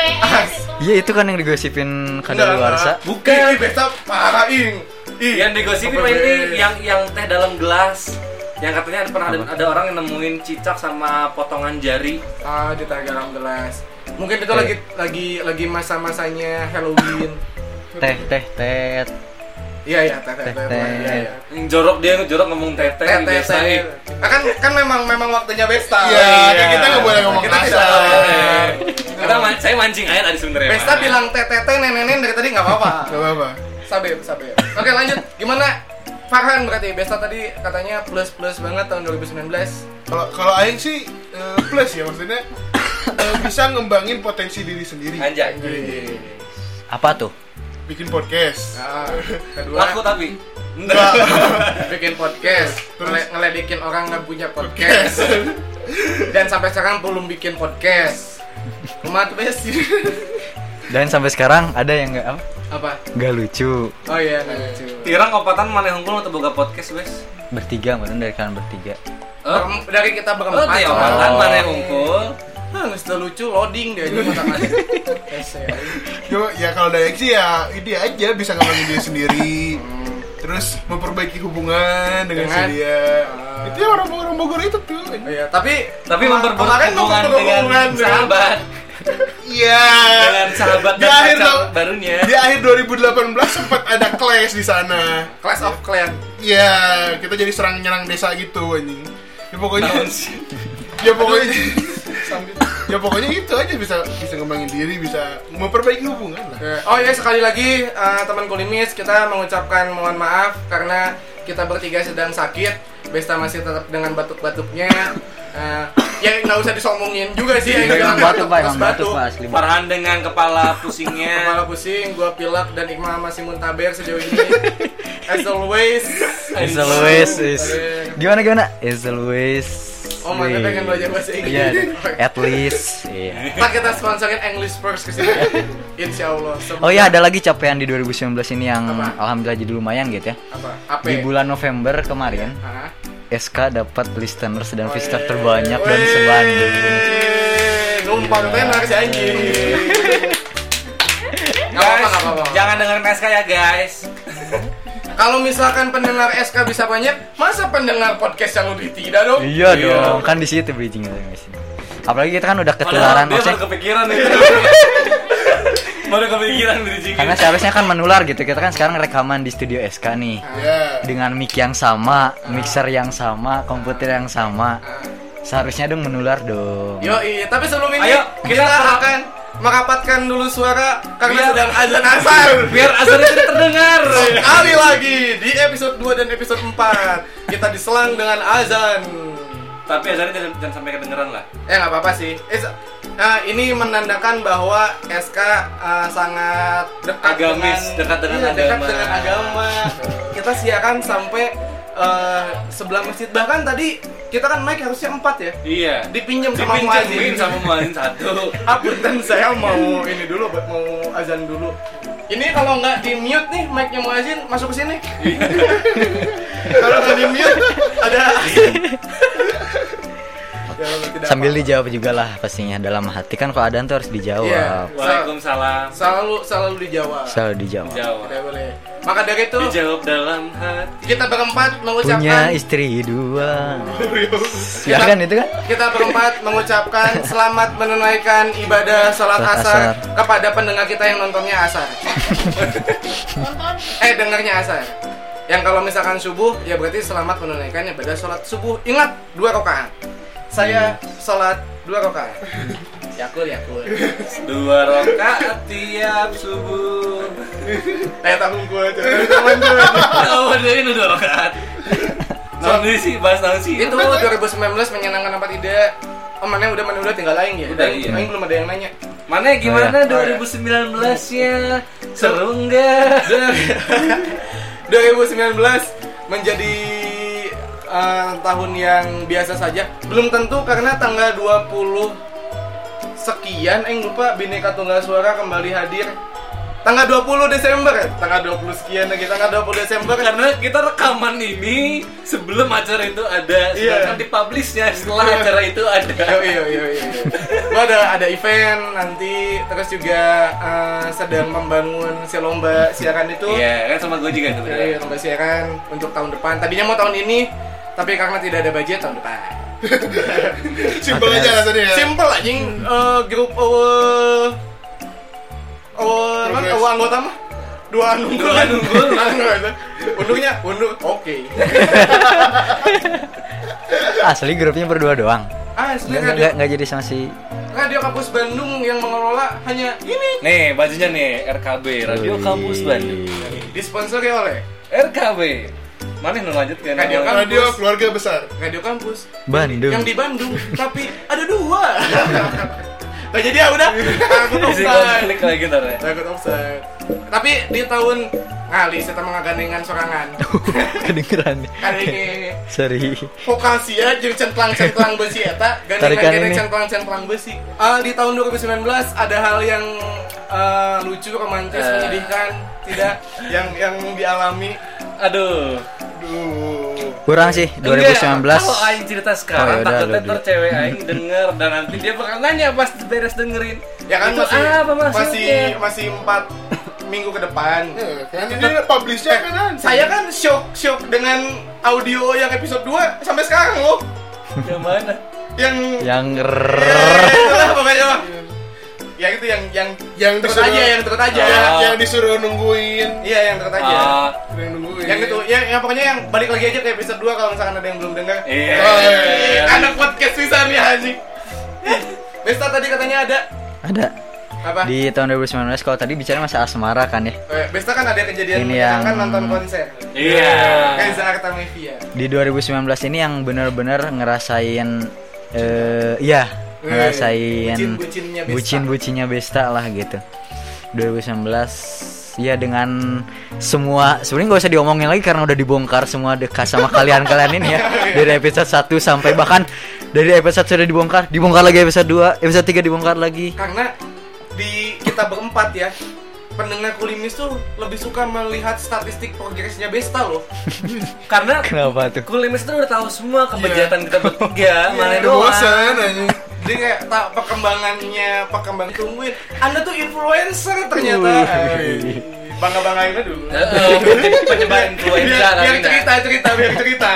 B: Iya itu kan yang digosipin kadaluarsa.
D: Bukan.
A: Bukan. Besok parah ing. Ih,
D: yang digosipin mah ini yang yang teh dalam gelas yang katanya ada pernah ada, ada orang yang nemuin cicak sama potongan jari
A: ah di Tiger Ram Gelas. Mungkin itu
B: Eh.
A: lagi lagi lagi masa-masanya Halloween.
B: Teh teh teh.
A: Iya iya, teh teh teh.
B: Teh,
A: Iya
B: teh.
A: iya.
D: Yang jorok dia jorok ngomong teteh
A: Teh, teh,
D: biasa
A: teh.
D: eh.
A: Ah, kan kan memang memang waktunya Besta.
C: Iya, kan kita nggak boleh ngomong
A: Kita
C: kasar.
A: tidak boleh.
D: Kita man- saya mancing air ada sebenarnya.
A: Besta bilang teh teh teh nenek nenek dari tadi nggak apa-apa.
C: Gak apa-apa
A: sabe, sabe. Oke, lanjut. Gimana? Farhan berarti Besta tadi katanya plus plus banget tahun 2019.
C: Kalau kalau aing sih eh, plus ya maksudnya eh, bisa ngembangin potensi diri sendiri.
A: Iya.
D: Anjay.
C: Anjay.
D: iya.
B: Apa tuh?
C: Bikin podcast.
D: Ah.
A: Nah, kedua
D: Laku tapi.
C: Enggak.
A: bikin podcast,
C: Terus?
A: ngele- ngeledekin orang nggak punya podcast. Dan sampai sekarang belum bikin podcast. Kumat Bes.
B: Dan sampai sekarang ada yang nggak apa?
A: Apa?
B: Nggak lucu
A: Oh iya, nggak lucu.
D: Tirang opatan mana hungkul atau boga podcast wes?
B: bertiga, mungkin dari kalian bertiga.
D: Eh,
A: Berem- Dari kita
D: Oh,
A: berempat.
D: teh
A: soalnya.
D: opatan mana hungkul?
A: Hah, nggak sudah lucu loading dia aja mata
C: Yo, ya kalau dari aing sih ya ide aja bisa ngembangin diri sendiri. Terus memperbaiki hubungan dengan,
A: Dengan?
C: dia.
A: Ah.
C: itu ya orang orang Bogor itu tuh.
A: Iya, tapi
D: Tapi
A: kema-
D: memperburuk
A: kemarin
D: hubungan
A: memperburuk
D: dengan
A: hubungan ya.
D: sahabat,
C: Iya.
D: dengan sahabat ya.
C: Di
D: dan
C: akhir
D: pacar
C: tahun-
D: barunya.
C: Di akhir 2018 sempat ada clash di sana.
A: Clash of Clan.
C: Iya, kita jadi serang nyerang desa gitu anjing. Ya pokoknya
D: Tahun sih.
C: ya pokoknya ya pokoknya itu aja bisa bisa ngembangin diri, bisa memperbaiki hubungan lah.
A: Oke. Oh ya sekali lagi eh, teman kulimis kita mengucapkan mohon maaf karena kita bertiga sedang sakit. Besta masih tetap dengan batuk-batuknya. Eh, ya nggak usah disombongin juga sih. yang
B: Iya,
A: bilang
B: Emang batuk pak, emang
A: terus
B: batuk pak asli. Pak.
D: Farhan dengan kepala pusingnya.
A: Kepala pusing, gua pilek dan Iqmal masih muntaber sejauh ini. As always.
B: As always is
A: Oke.
B: gimana gimana? As always.
A: Iya, Oh, mana pengen belajar bahasa Inggris.
B: Iya, at least. Iya.
A: Ntar kita sponsorin English first kesini. Insya Allah. Sebelum-
B: Oh iya ada lagi capaian di 2019 ini yang
A: Apa?
B: alhamdulillah jadi lumayan gitu ya.
A: Apa? Apa?
B: Di bulan November kemarin,
A: Hah?
B: SK dapat listeners
A: Oh,
B: dan visitor
A: Weh.
B: terbanyak dan
A: Weh.
B: sebanding.
A: Numpang
B: Gila.
A: tenar si anjing. Gak apa-apa,
D: Guys,
A: gak apa-apa.
D: jangan dengerin SK ya guys.
A: Kalau misalkan pendengar SK bisa banyak, masa pendengar podcast yang lebih tidak dong?
B: Iya dong, kan di situ bridging di sini. Apalagi kita kan udah ketularan
D: dia
B: maksudnya
D: baru kepikiran nih. baru kepikiran bridging.
B: karena seharusnya kan menular gitu. Kita kan sekarang rekaman di studio SK nih.
C: Ya.
B: Dengan mic yang sama, mixer yang sama, komputer yang sama. Seharusnya dong menular dong.
A: Yo, tapi sebelum ini
D: Ayo,
A: kita
D: kita
A: akan merapatkan dulu suara karena
D: Biar-
A: sedang azan asar.
D: Biar azan itu terdengar.
A: Sekali lagi di episode 2 dan episode 4 kita diselang dengan azan.
D: Tapi azannya jangan, jangan sampai kedengeran lah.
A: Eh nggak apa-apa sih. It's- nah, ini menandakan bahwa SK eh, sangat dekat
D: Agamis,
A: dengan,
D: dekat dengan
A: iya, dekat
D: agama.
A: dengan agama. kita siaran sampai eh, sebelah masjid. Bahkan tadi kita kan mic harusnya 4 ya.
D: Iya.
A: Dipinjam sama
D: Dipinjemin
A: muazin.
D: sama muazin satu.
A: Apunten saya mau ini dulu mau azan dulu. Ini kalau nggak di mute nih mic-nya muazin masuk ke sini. kalau nggak di mute ada Ya, tidak
B: Sambil
A: apa-apa.
B: dijawab juga lah pastinya dalam hati kan kalau ada tuh harus dijawab.
A: Iya.
D: Waalaikumsalam.
A: selalu selalu dijawab.
B: Selalu dijawab.
D: Jawab.
A: Tidak boleh. Maka dari itu
D: Dijawab dalam hati.
A: kita berempat
B: Punya
A: mengucapkan
B: istri dua. ya kan itu kan?
A: kita berempat mengucapkan selamat menunaikan ibadah sholat
B: Sholat
A: asar
B: asar.
A: kepada pendengar kita yang nontonnya asar. eh dengarnya asar. Yang kalau misalkan subuh ya berarti selamat menunaikan ibadah sholat subuh. Ingat dua rakaat. Saya sholat dua rakaat. Yakul yakul.
D: Dua rakaat tiap subuh.
A: Eh tanggung gue aja. Temen gue.
D: Oh, ini udah dua rakaat. Tahun ini sih bahas tahun sih.
A: Itu 2019 menyenangkan apa tidak? Oh, mana udah mana udah tinggal lain ya.
D: Udah, iya.
A: Aing belum ada yang nanya.
D: Mana ya, gimana
B: Oh,
A: iya.
D: 2019 ya? Seru enggak?
A: Iya. 2019 menjadi eh, tahun yang biasa saja. Belum tentu karena tanggal 20 sekian eh lupa Bineka Tunggal Suara kembali hadir. Tanggal 20 Desember, eh, tanggal 20 sekian lagi tanggal 20 Desember kan
D: Karena kita rekaman ini sebelum acara itu ada,
A: Iya.
D: sedangkan dipublishnya setelah acara itu ada.
A: Yo iya. yo yo yo. yo. Gua ada ada event nanti terus juga eh, sedang membangun si lomba siaran itu.
D: Iya, kan sama gue juga itu.
A: Jadi lomba siaran untuk tahun depan. Tadinya mau tahun ini, tapi karena tidak ada budget tahun depan.
C: Simpel aja alasannya ya.
A: Simple anjing eh, grup eh eh, apa,
C: Progress.
A: eh, anggota mah dua anu
D: Dua anu unggul.
A: Undurnya undur. Oke.
B: Asli grupnya berdua doang.
A: Ah, asli
B: Nggak- Nggak
A: radio,
B: nggak jadi sama si
A: radio kampus Bandung yang mengelola hanya ini.
D: Nih, bajunya nih RKB Radio
B: Wih.
D: Kampus Bandung.
A: disponsori oleh
D: RKB mana yang lanjutkan
A: Radio kan-
C: Radio keluarga besar.
A: Radio Kampus
B: Bandung.
A: yang di Bandung tapi ada dua nah, jadi ya udah takut
D: Isi
A: offside
D: konflik lagi ntar ya
A: takut offside tapi di tahun ngali saya mengagandengan sorangan
B: Kedengeran.
A: kali ini
B: Sorry.
A: vokasi ya jeung centlang-centlang besi ya, eta
B: Tarikan
A: gandeng-gandeng
B: ini.
A: centlang-centlang besi Ah, di tahun 2019 ada hal yang eh, lucu romantis
D: Eh.
A: menyedihkan tidak yang yang dialami
D: aduh
A: duh
B: Kurang sih 2019.
D: Enggak, kalau Aing cerita
B: Oh,
D: sekarang
B: yaudah,
D: takutnya
B: lu
D: ntar
B: dulu.
D: cewek Aing denger dan nanti dia bakal nanya pas beres dengerin
A: ya kan
D: itu
A: masih
D: apa
A: masih
D: maksudnya
A: masih empat minggu ke depan Eh,
D: Eh,
C: Ya, kan ini publishnya kan nanti.
A: saya kan shock shock dengan audio yang episode 2 sampai sekarang loh
D: yang mana
A: yang
D: Ya.
B: Yang
A: Eh, itulah pokoknya mah. ya itu yang yang
C: Yang
A: terus
C: disuruh- ya,
A: aja yang Ya. terus aja
D: Ah.
C: yang disuruh nungguin,
A: iya yang terus aja
D: Ah,
C: yang nungguin.
A: yang itu ya, yang pokoknya yang balik lagi aja ke episode 2 kalau misalkan ada yang belum dengar
D: iya
A: Eh, anak podcast bisa nih Haji Besta tadi katanya ada
B: ada
A: apa
B: di tahun 2019 kalau tadi bicara masa asmara kan ya.
A: Eh, Besta kan ada kejadian
B: Ini
A: menyenangkan
B: yang-
A: nonton konser
D: iya
A: Reza Artamevia
B: Di 2019 ini yang benar-benar ngerasain eh ya, ngerasain
A: bucin-bucinnya Besta.
B: bucin-bucinnya Besta lah gitu. 2019 ya dengan semua sebenarnya nggak usah diomongin lagi karena udah dibongkar semua dekat sama kalian-kalian ini ya dari episode 1 sampai bahkan dari episode sudah dibongkar dibongkar lagi episode 2 episode 3 dibongkar lagi
A: karena di kita berempat ya pendengar kulimis tuh lebih suka melihat statistik progresnya Besta loh
D: karena
B: kenapa tuh
D: Kulimis tuh udah tahu semua kebejatan kita bertiga, mana
C: Iya, Udah
D: doang.
C: bosan aja.
A: dia kayak tak perkembangannya perkembang tungguin anda tuh influencer ternyata bangga banggain dulu
D: Heeh, penyebar influenza
A: biar, biar
D: kali, nah.
A: cerita cerita biar cerita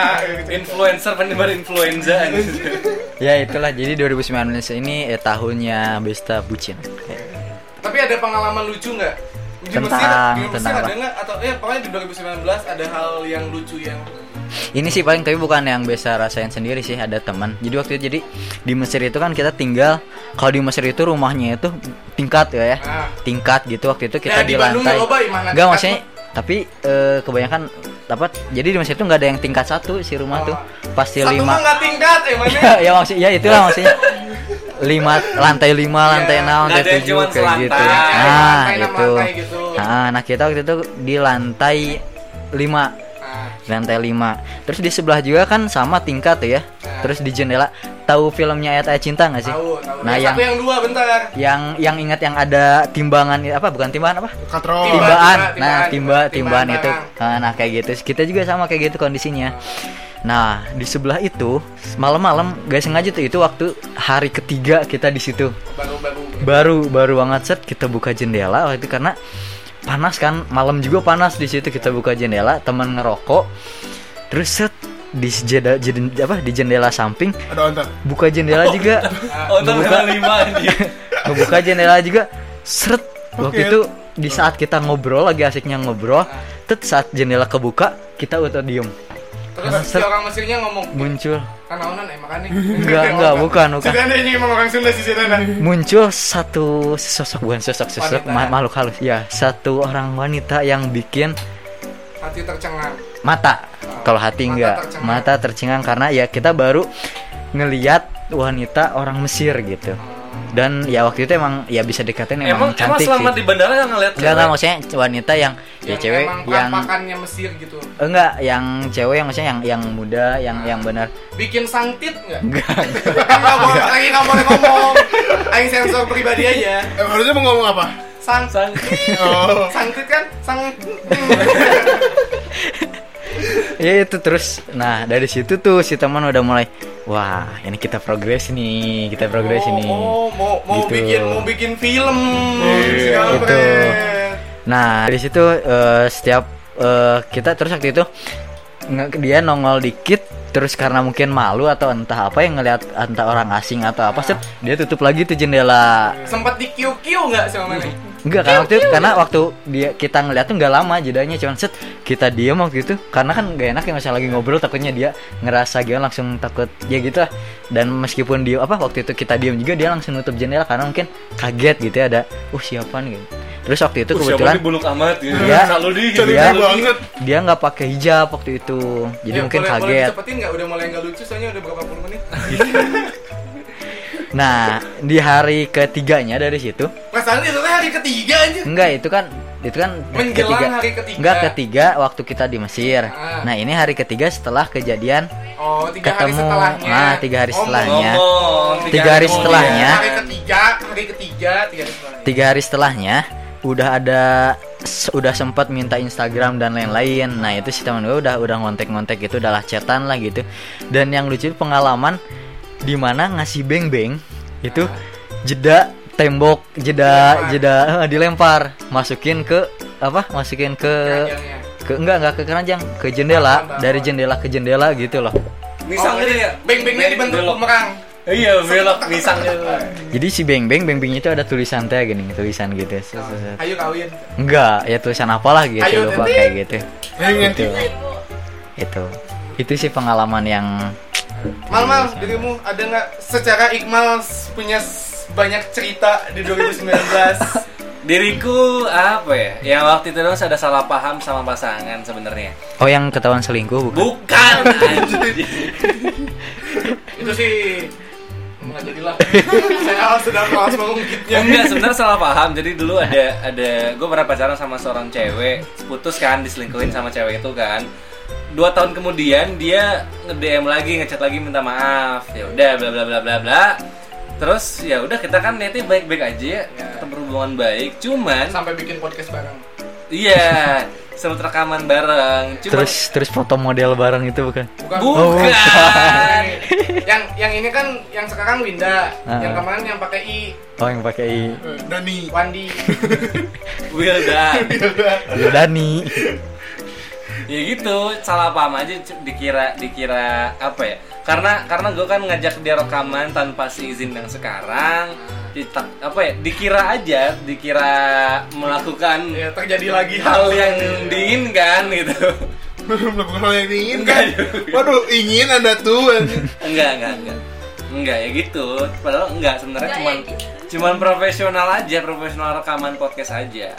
D: Influencer penyebar influenza anjing.
B: ya itulah jadi 2019 ini eh, tahunnya Besta bucin
A: Tapi ada pengalaman lucu nggak? Di
B: Tentang-
A: Mesir, di Mesir
B: tentang
A: ada
B: apa?
A: nggak? Atau ya pokoknya di 2019 ada hal yang lucu yang
B: ini sih paling tapi bukan yang Besta rasain sendiri sih ada teman jadi waktu itu jadi di Mesir itu kan kita tinggal kalau di Mesir itu rumahnya itu tingkat ya ya
A: Ah.
B: tingkat gitu waktu itu
A: Ya,
B: kita di,
A: di Bandung
B: lantai
A: nggak loba, imana
B: Nggak,
A: tingkat
B: maksudnya tapi eh, kebanyakan dapat jadi di Mesir itu nggak ada yang tingkat satu si rumah
A: Oh.
B: tuh pasti
A: satu mah
B: lima
A: nggak tingkat, eh, emangnya
B: ya maksud ya itulah maksudnya lima lantai lima lantai enam
D: nggak
B: lantai
D: ada yang
B: tujuh
D: cuman
B: kayak gitu
D: selantai. Lantai
B: nah
A: enam
B: itu
A: lantai gitu.
B: nah, nah kita waktu itu di lantai lima
A: Nah,
B: lantai lima terus di sebelah juga kan sama tingkat tuh ya terus di jendela tahu filmnya ayat ayat cinta nggak sih
A: tahu, tahu.
B: nah
A: yang
B: yang
A: satu ya. yang dua bentar.
B: yang yang ingat yang ada timbangan apa bukan timbangan apa
C: Katrol.
A: Tiba.
B: timbaan
A: timbaan,
B: nah
A: timbaan,
B: timba timbaan
A: timbaan
B: itu Ah, nah kayak gitu kita juga sama kayak gitu kondisinya nah di sebelah itu malam-malam guys sengaja tuh itu waktu hari ketiga kita di situ
A: Baru-baru.
B: baru baru banget set kita buka jendela waktu itu karena panas kan malam juga panas di situ kita buka jendela teman ngerokok terus set di jeda, jeda- apa di jendela samping
C: Ada ontar.
B: buka jendela juga
D: Untuk tanggal lima anjing.
B: ngebuka jendela juga seret waktu
C: Oke.
B: itu di saat kita ngobrol lagi asiknya ngobrol tet saat jendela kebuka kita udah diem
A: Terus si
B: Set.
A: orang Mesirnya ngomong,
B: muncul
A: "Kanaonan emang kan nih."
B: enggak enggak bukan bukan
A: Sedana ini emang orang Sunda sih Sedana.
B: muncul satu sosok bukan sosok sosok
A: Wanita.
B: ma- makhluk halus ya satu orang wanita yang bikin
A: Hati tercengang.
B: mata kalau hati
A: Mata
B: enggak
A: tercengang.
B: mata tercengang karena ya kita baru ngeliat wanita orang Mesir gitu dan ya waktu itu emang ya bisa dikatain emang,
D: Emang emang
B: cantik
D: selama
B: sih.
D: di bandara nggak ngeliat
B: Enggak enggak
D: cewek?
B: maksudnya wanita yang ya
A: Yang
B: cewek
A: emang
B: yang
A: pampakannya Mesir gitu.
B: enggak yang cewek yang maksudnya yang yang muda yang yang benar
A: Bikin sangtit nggak? Enggak. boleh lagi nggak boleh ngomong. Aing sensor pribadi aja.
C: Eh, harusnya mau ngomong apa?
A: Sang
D: Sang-
C: Oh.
A: Sangkut kan? Sang
B: ya itu terus nah dari situ tuh si teman udah mulai wah ini kita progres nih kita progres
A: Oh,
B: ini
A: Oh, mau mau
B: Gitu.
A: bikin mau bikin film.
C: Iya,
A: Siapa,
B: gitu.
A: Fred?
B: Nah dari situ eh, setiap eh, kita terus waktu itu nge- dia nongol dikit terus karena mungkin malu atau entah apa yang ngelihat entah orang asing atau apa set dia tutup lagi tuh jendela
A: Sempat di kiu kiu nggak sama mana?
B: enggak karena waktu itu, karena waktu dia kita ngeliat tuh nggak lama jedanya cuman set kita diam waktu itu karena kan gak enak ya masa lagi ngobrol takutnya dia ngerasa gila langsung takut ya gitu lah dan meskipun dia apa waktu itu kita diam juga dia langsung nutup jendela karena mungkin kaget gitu ya ada uh siapa nih gitu terus waktu itu
D: Uh, siapa
B: kebetulan
D: nih buluk amat gitu.
B: Iya.
D: Selalu di gitu.
B: Iya.
C: Cantik banget.
B: dia nggak pakai hijab waktu itu jadi
A: Ya,
B: mungkin
A: boleh, Boleh
B: kaget
A: dicepetin nggak? Udah mulai nggak lucu soalnya udah berapa puluh menit.
B: nah di hari ketiganya dari situ
A: Masalahnya itu kan hari ketiga aja.
B: enggak itu kan itu kan
A: Menjelang hari ketiga.
B: enggak ketiga waktu kita di Mesir
A: Ah.
B: nah ini hari ketiga setelah kejadian
A: Oh, tiga hari
B: Ketemu.
A: setelahnya.
B: Ah, tiga hari
A: Oh,
B: setelahnya.
D: Ngomong. Iya.
B: Tiga hari
D: kemudian.
B: setelahnya.
A: Hari ketiga, hari ketiga, tiga hari setelahnya.
B: tiga hari setelahnya udah ada s- udah sempat minta Instagram dan lain-lain nah itu si teman gue udah udah ngontek-ngontek gitu udahlah chatan lah gitu dan yang lucu pengalaman dimana ngasih beng beng itu jeda tembok jeda
A: Dilempar.
B: jeda eh, dilempar masukin ke apa masukin ke
A: Keranjangnya.
B: ke enggak enggak ke keranjang ke jendela
A: Apa-apa.
B: dari jendela ke jendela gitu loh
D: Nisang gitu ya.
A: Beng-bengnya dibentuk
D: Belok.
A: bumerang.
D: Iya, belok nisang gitu.
B: jadi si beng beng beng beng itu ada tulisan teh gini tulisan gitu Set, set, set.
A: Ayo kawin.
B: enggak ya tulisan apalah gitu
A: Ayo,
B: lupa
A: titik.
B: kayak gitu
C: Ayo ngerti.
B: itu itu itu sih pengalaman yang
A: Mal-mal, dirimu ada nggak secara Iqmal s- punya s- banyak cerita di 2019?
D: Diriku apa ya? Ya waktu itu doang ada salah paham sama pasangan sebenarnya.
B: oh yang ketahuan selingkuh bukan
D: Bukan. anjing.
A: itu sih nggak jadilah. Saya sudah kelas mengungkitnya.
D: Ya, Enggak, sebenarnya salah paham. Jadi dulu ada ada gue pernah pacaran sama seorang cewek, putus kan diselingkuhin sama cewek itu kan. Dua tahun kemudian dia nge-DM lagi, ngechat lagi minta maaf. Ya udah bla bla bla bla bla. Terus ya udah kita kan niatnya baik-baik aja ya, tetap berhubungan baik. Cuman
A: Sampai bikin podcast bareng.
D: iya, sempat rekaman bareng. Cuman
B: terus terus foto model bareng itu bukan
A: Bukan.
B: Oh,
D: bukan.
A: yang yang ini kan yang sekarang Winda,
B: Ah.
A: yang kemarin yang pakai I,
B: oh yang pakai i
C: Eh, Dani.
A: Wandi.
D: Iya, Wildan.
B: Dani
D: ya gitu salah paham aja c- dikira dikira apa ya karena karena gue kan ngajak dia rekaman tanpa si izin yang sekarang ditak apa ya dikira aja dikira melakukan
A: Ya, terjadi lagi
D: Iya, hal yang diinginkan gitu
C: Melakukan hal yang ingin kan? Waduh, ingin anda tuh.
D: enggak enggak enggak enggak ya gitu padahal enggak sebenarnya
E: Enggak
D: cuman
E: ya gitu.
D: cuman profesional aja profesional rekaman podcast aja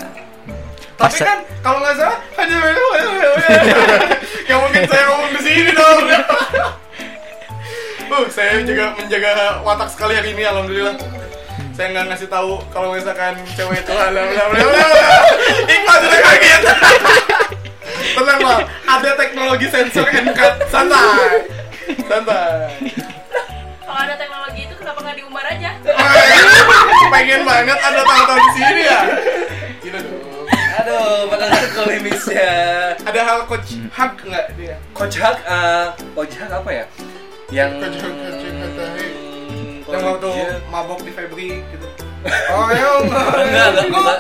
A: Tapi
B: Masa-
A: kan kalau nggak salah hanya Gak mungkin saya ngomong di sini dong. Uh, saya juga menjaga watak sekali hari ini alhamdulillah. Saya nggak ngasih tahu kalau misalkan cewek itu alhamdulillah. Iqbal sudah kaget. Tenang lah, ada teknologi sensor and cut. Santai. Santai.
E: Kalau ada teknologi itu kenapa nggak diumbar aja?
A: Wah, Pengen banget ada tahu-tahu di sini ya. Gila dong.
D: aduh bakal kesel ini sih ya.
A: Ada hal coach hak nggak dia?
D: Coach Hak, eh, Coach Hak apa ya? Yang Hmm,
C: Coach Hak, Coach Hak, Coach Hak.
D: Coach
A: Yang waktu
D: Hak.
A: mabok di Febri gitu. Oh ya.
D: Enggak, enggak, enggak.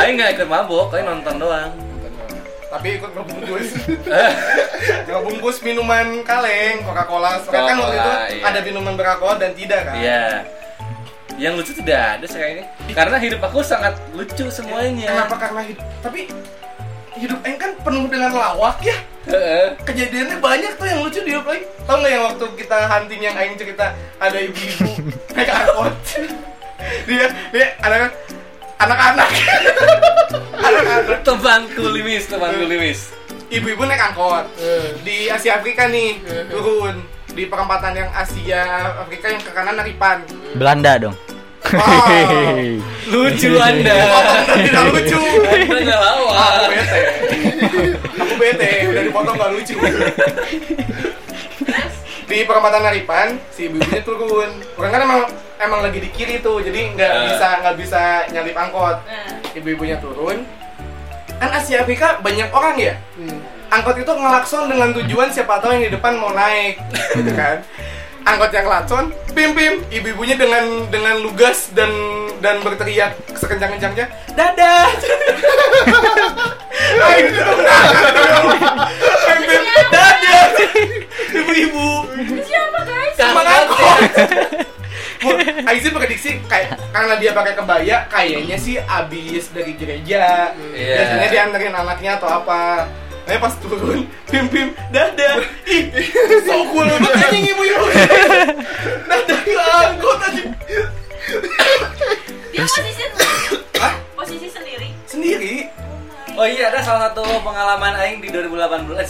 D: Aing enggak ikut mabok, aing nonton doang.
A: Tapi ikut ngebungkus. ngebungkus minuman kaleng, Coca-Cola. Sekarang kan waktu itu
D: Coca-Cola, iya.
A: ada minuman beralkohol dan tidak kan?
D: Iya. Yang lucu tidak ada saya ini. Karena hidup aku sangat lucu semuanya.
A: Kenapa karena hidup? Tapi hidup Eng kan penuh dengan lawak ya.
D: Heeh.
A: kejadiannya banyak tuh yang lucu di hidup Aing tau nggak yang waktu kita hunting yang Aing cerita ada ibu-ibu naik angkot dia dia ada kan? anak-anak anak-anak
D: Temanku limis, temanku limis.
A: ibu-ibu naik angkot di Asia Afrika nih turun di perempatan yang Asia Afrika yang ke kanan Naripan
B: Belanda dong
A: Wow.
D: Lucu Anda.
A: Potong tidak lucu
D: Anda enggak
A: aku
D: lawan.
A: bete aku bete udah dipotong gak lucu di perempatan Naripan si ibu-ibunya turun orang kan emang emang lagi di kiri tuh jadi nggak
D: Eh.
A: bisa nggak bisa nyalip angkot
E: Nah,
A: ibu-ibunya turun kan Asia Afrika banyak orang ya angkot itu ngelakson dengan tujuan siapa tahu yang di depan mau naik gitu kan angkot yang ngelakson pim pim ibu-ibunya dengan dengan lugas dan dan berteriak sekencang-kencangnya dadah Aing tuh benar. pim pim dadah ibu-ibu
E: siapa guys?
D: Ya.
A: emang angkot Bu, Aing sih prediksi kayak karena dia pakai kebaya kayaknya sih abis dari gereja.
D: Iya.
A: Biasanya dianterin anaknya atau apa. Tapi pas turun, pim pim dadah. Ih, so cool banget anjing ibu-ibu. Dadah ke angkot anjing.
E: Dia posisi sendiri. Posisi sendiri.
D: Oh iya, salah satu pengalaman Aing di 2018 19 eh,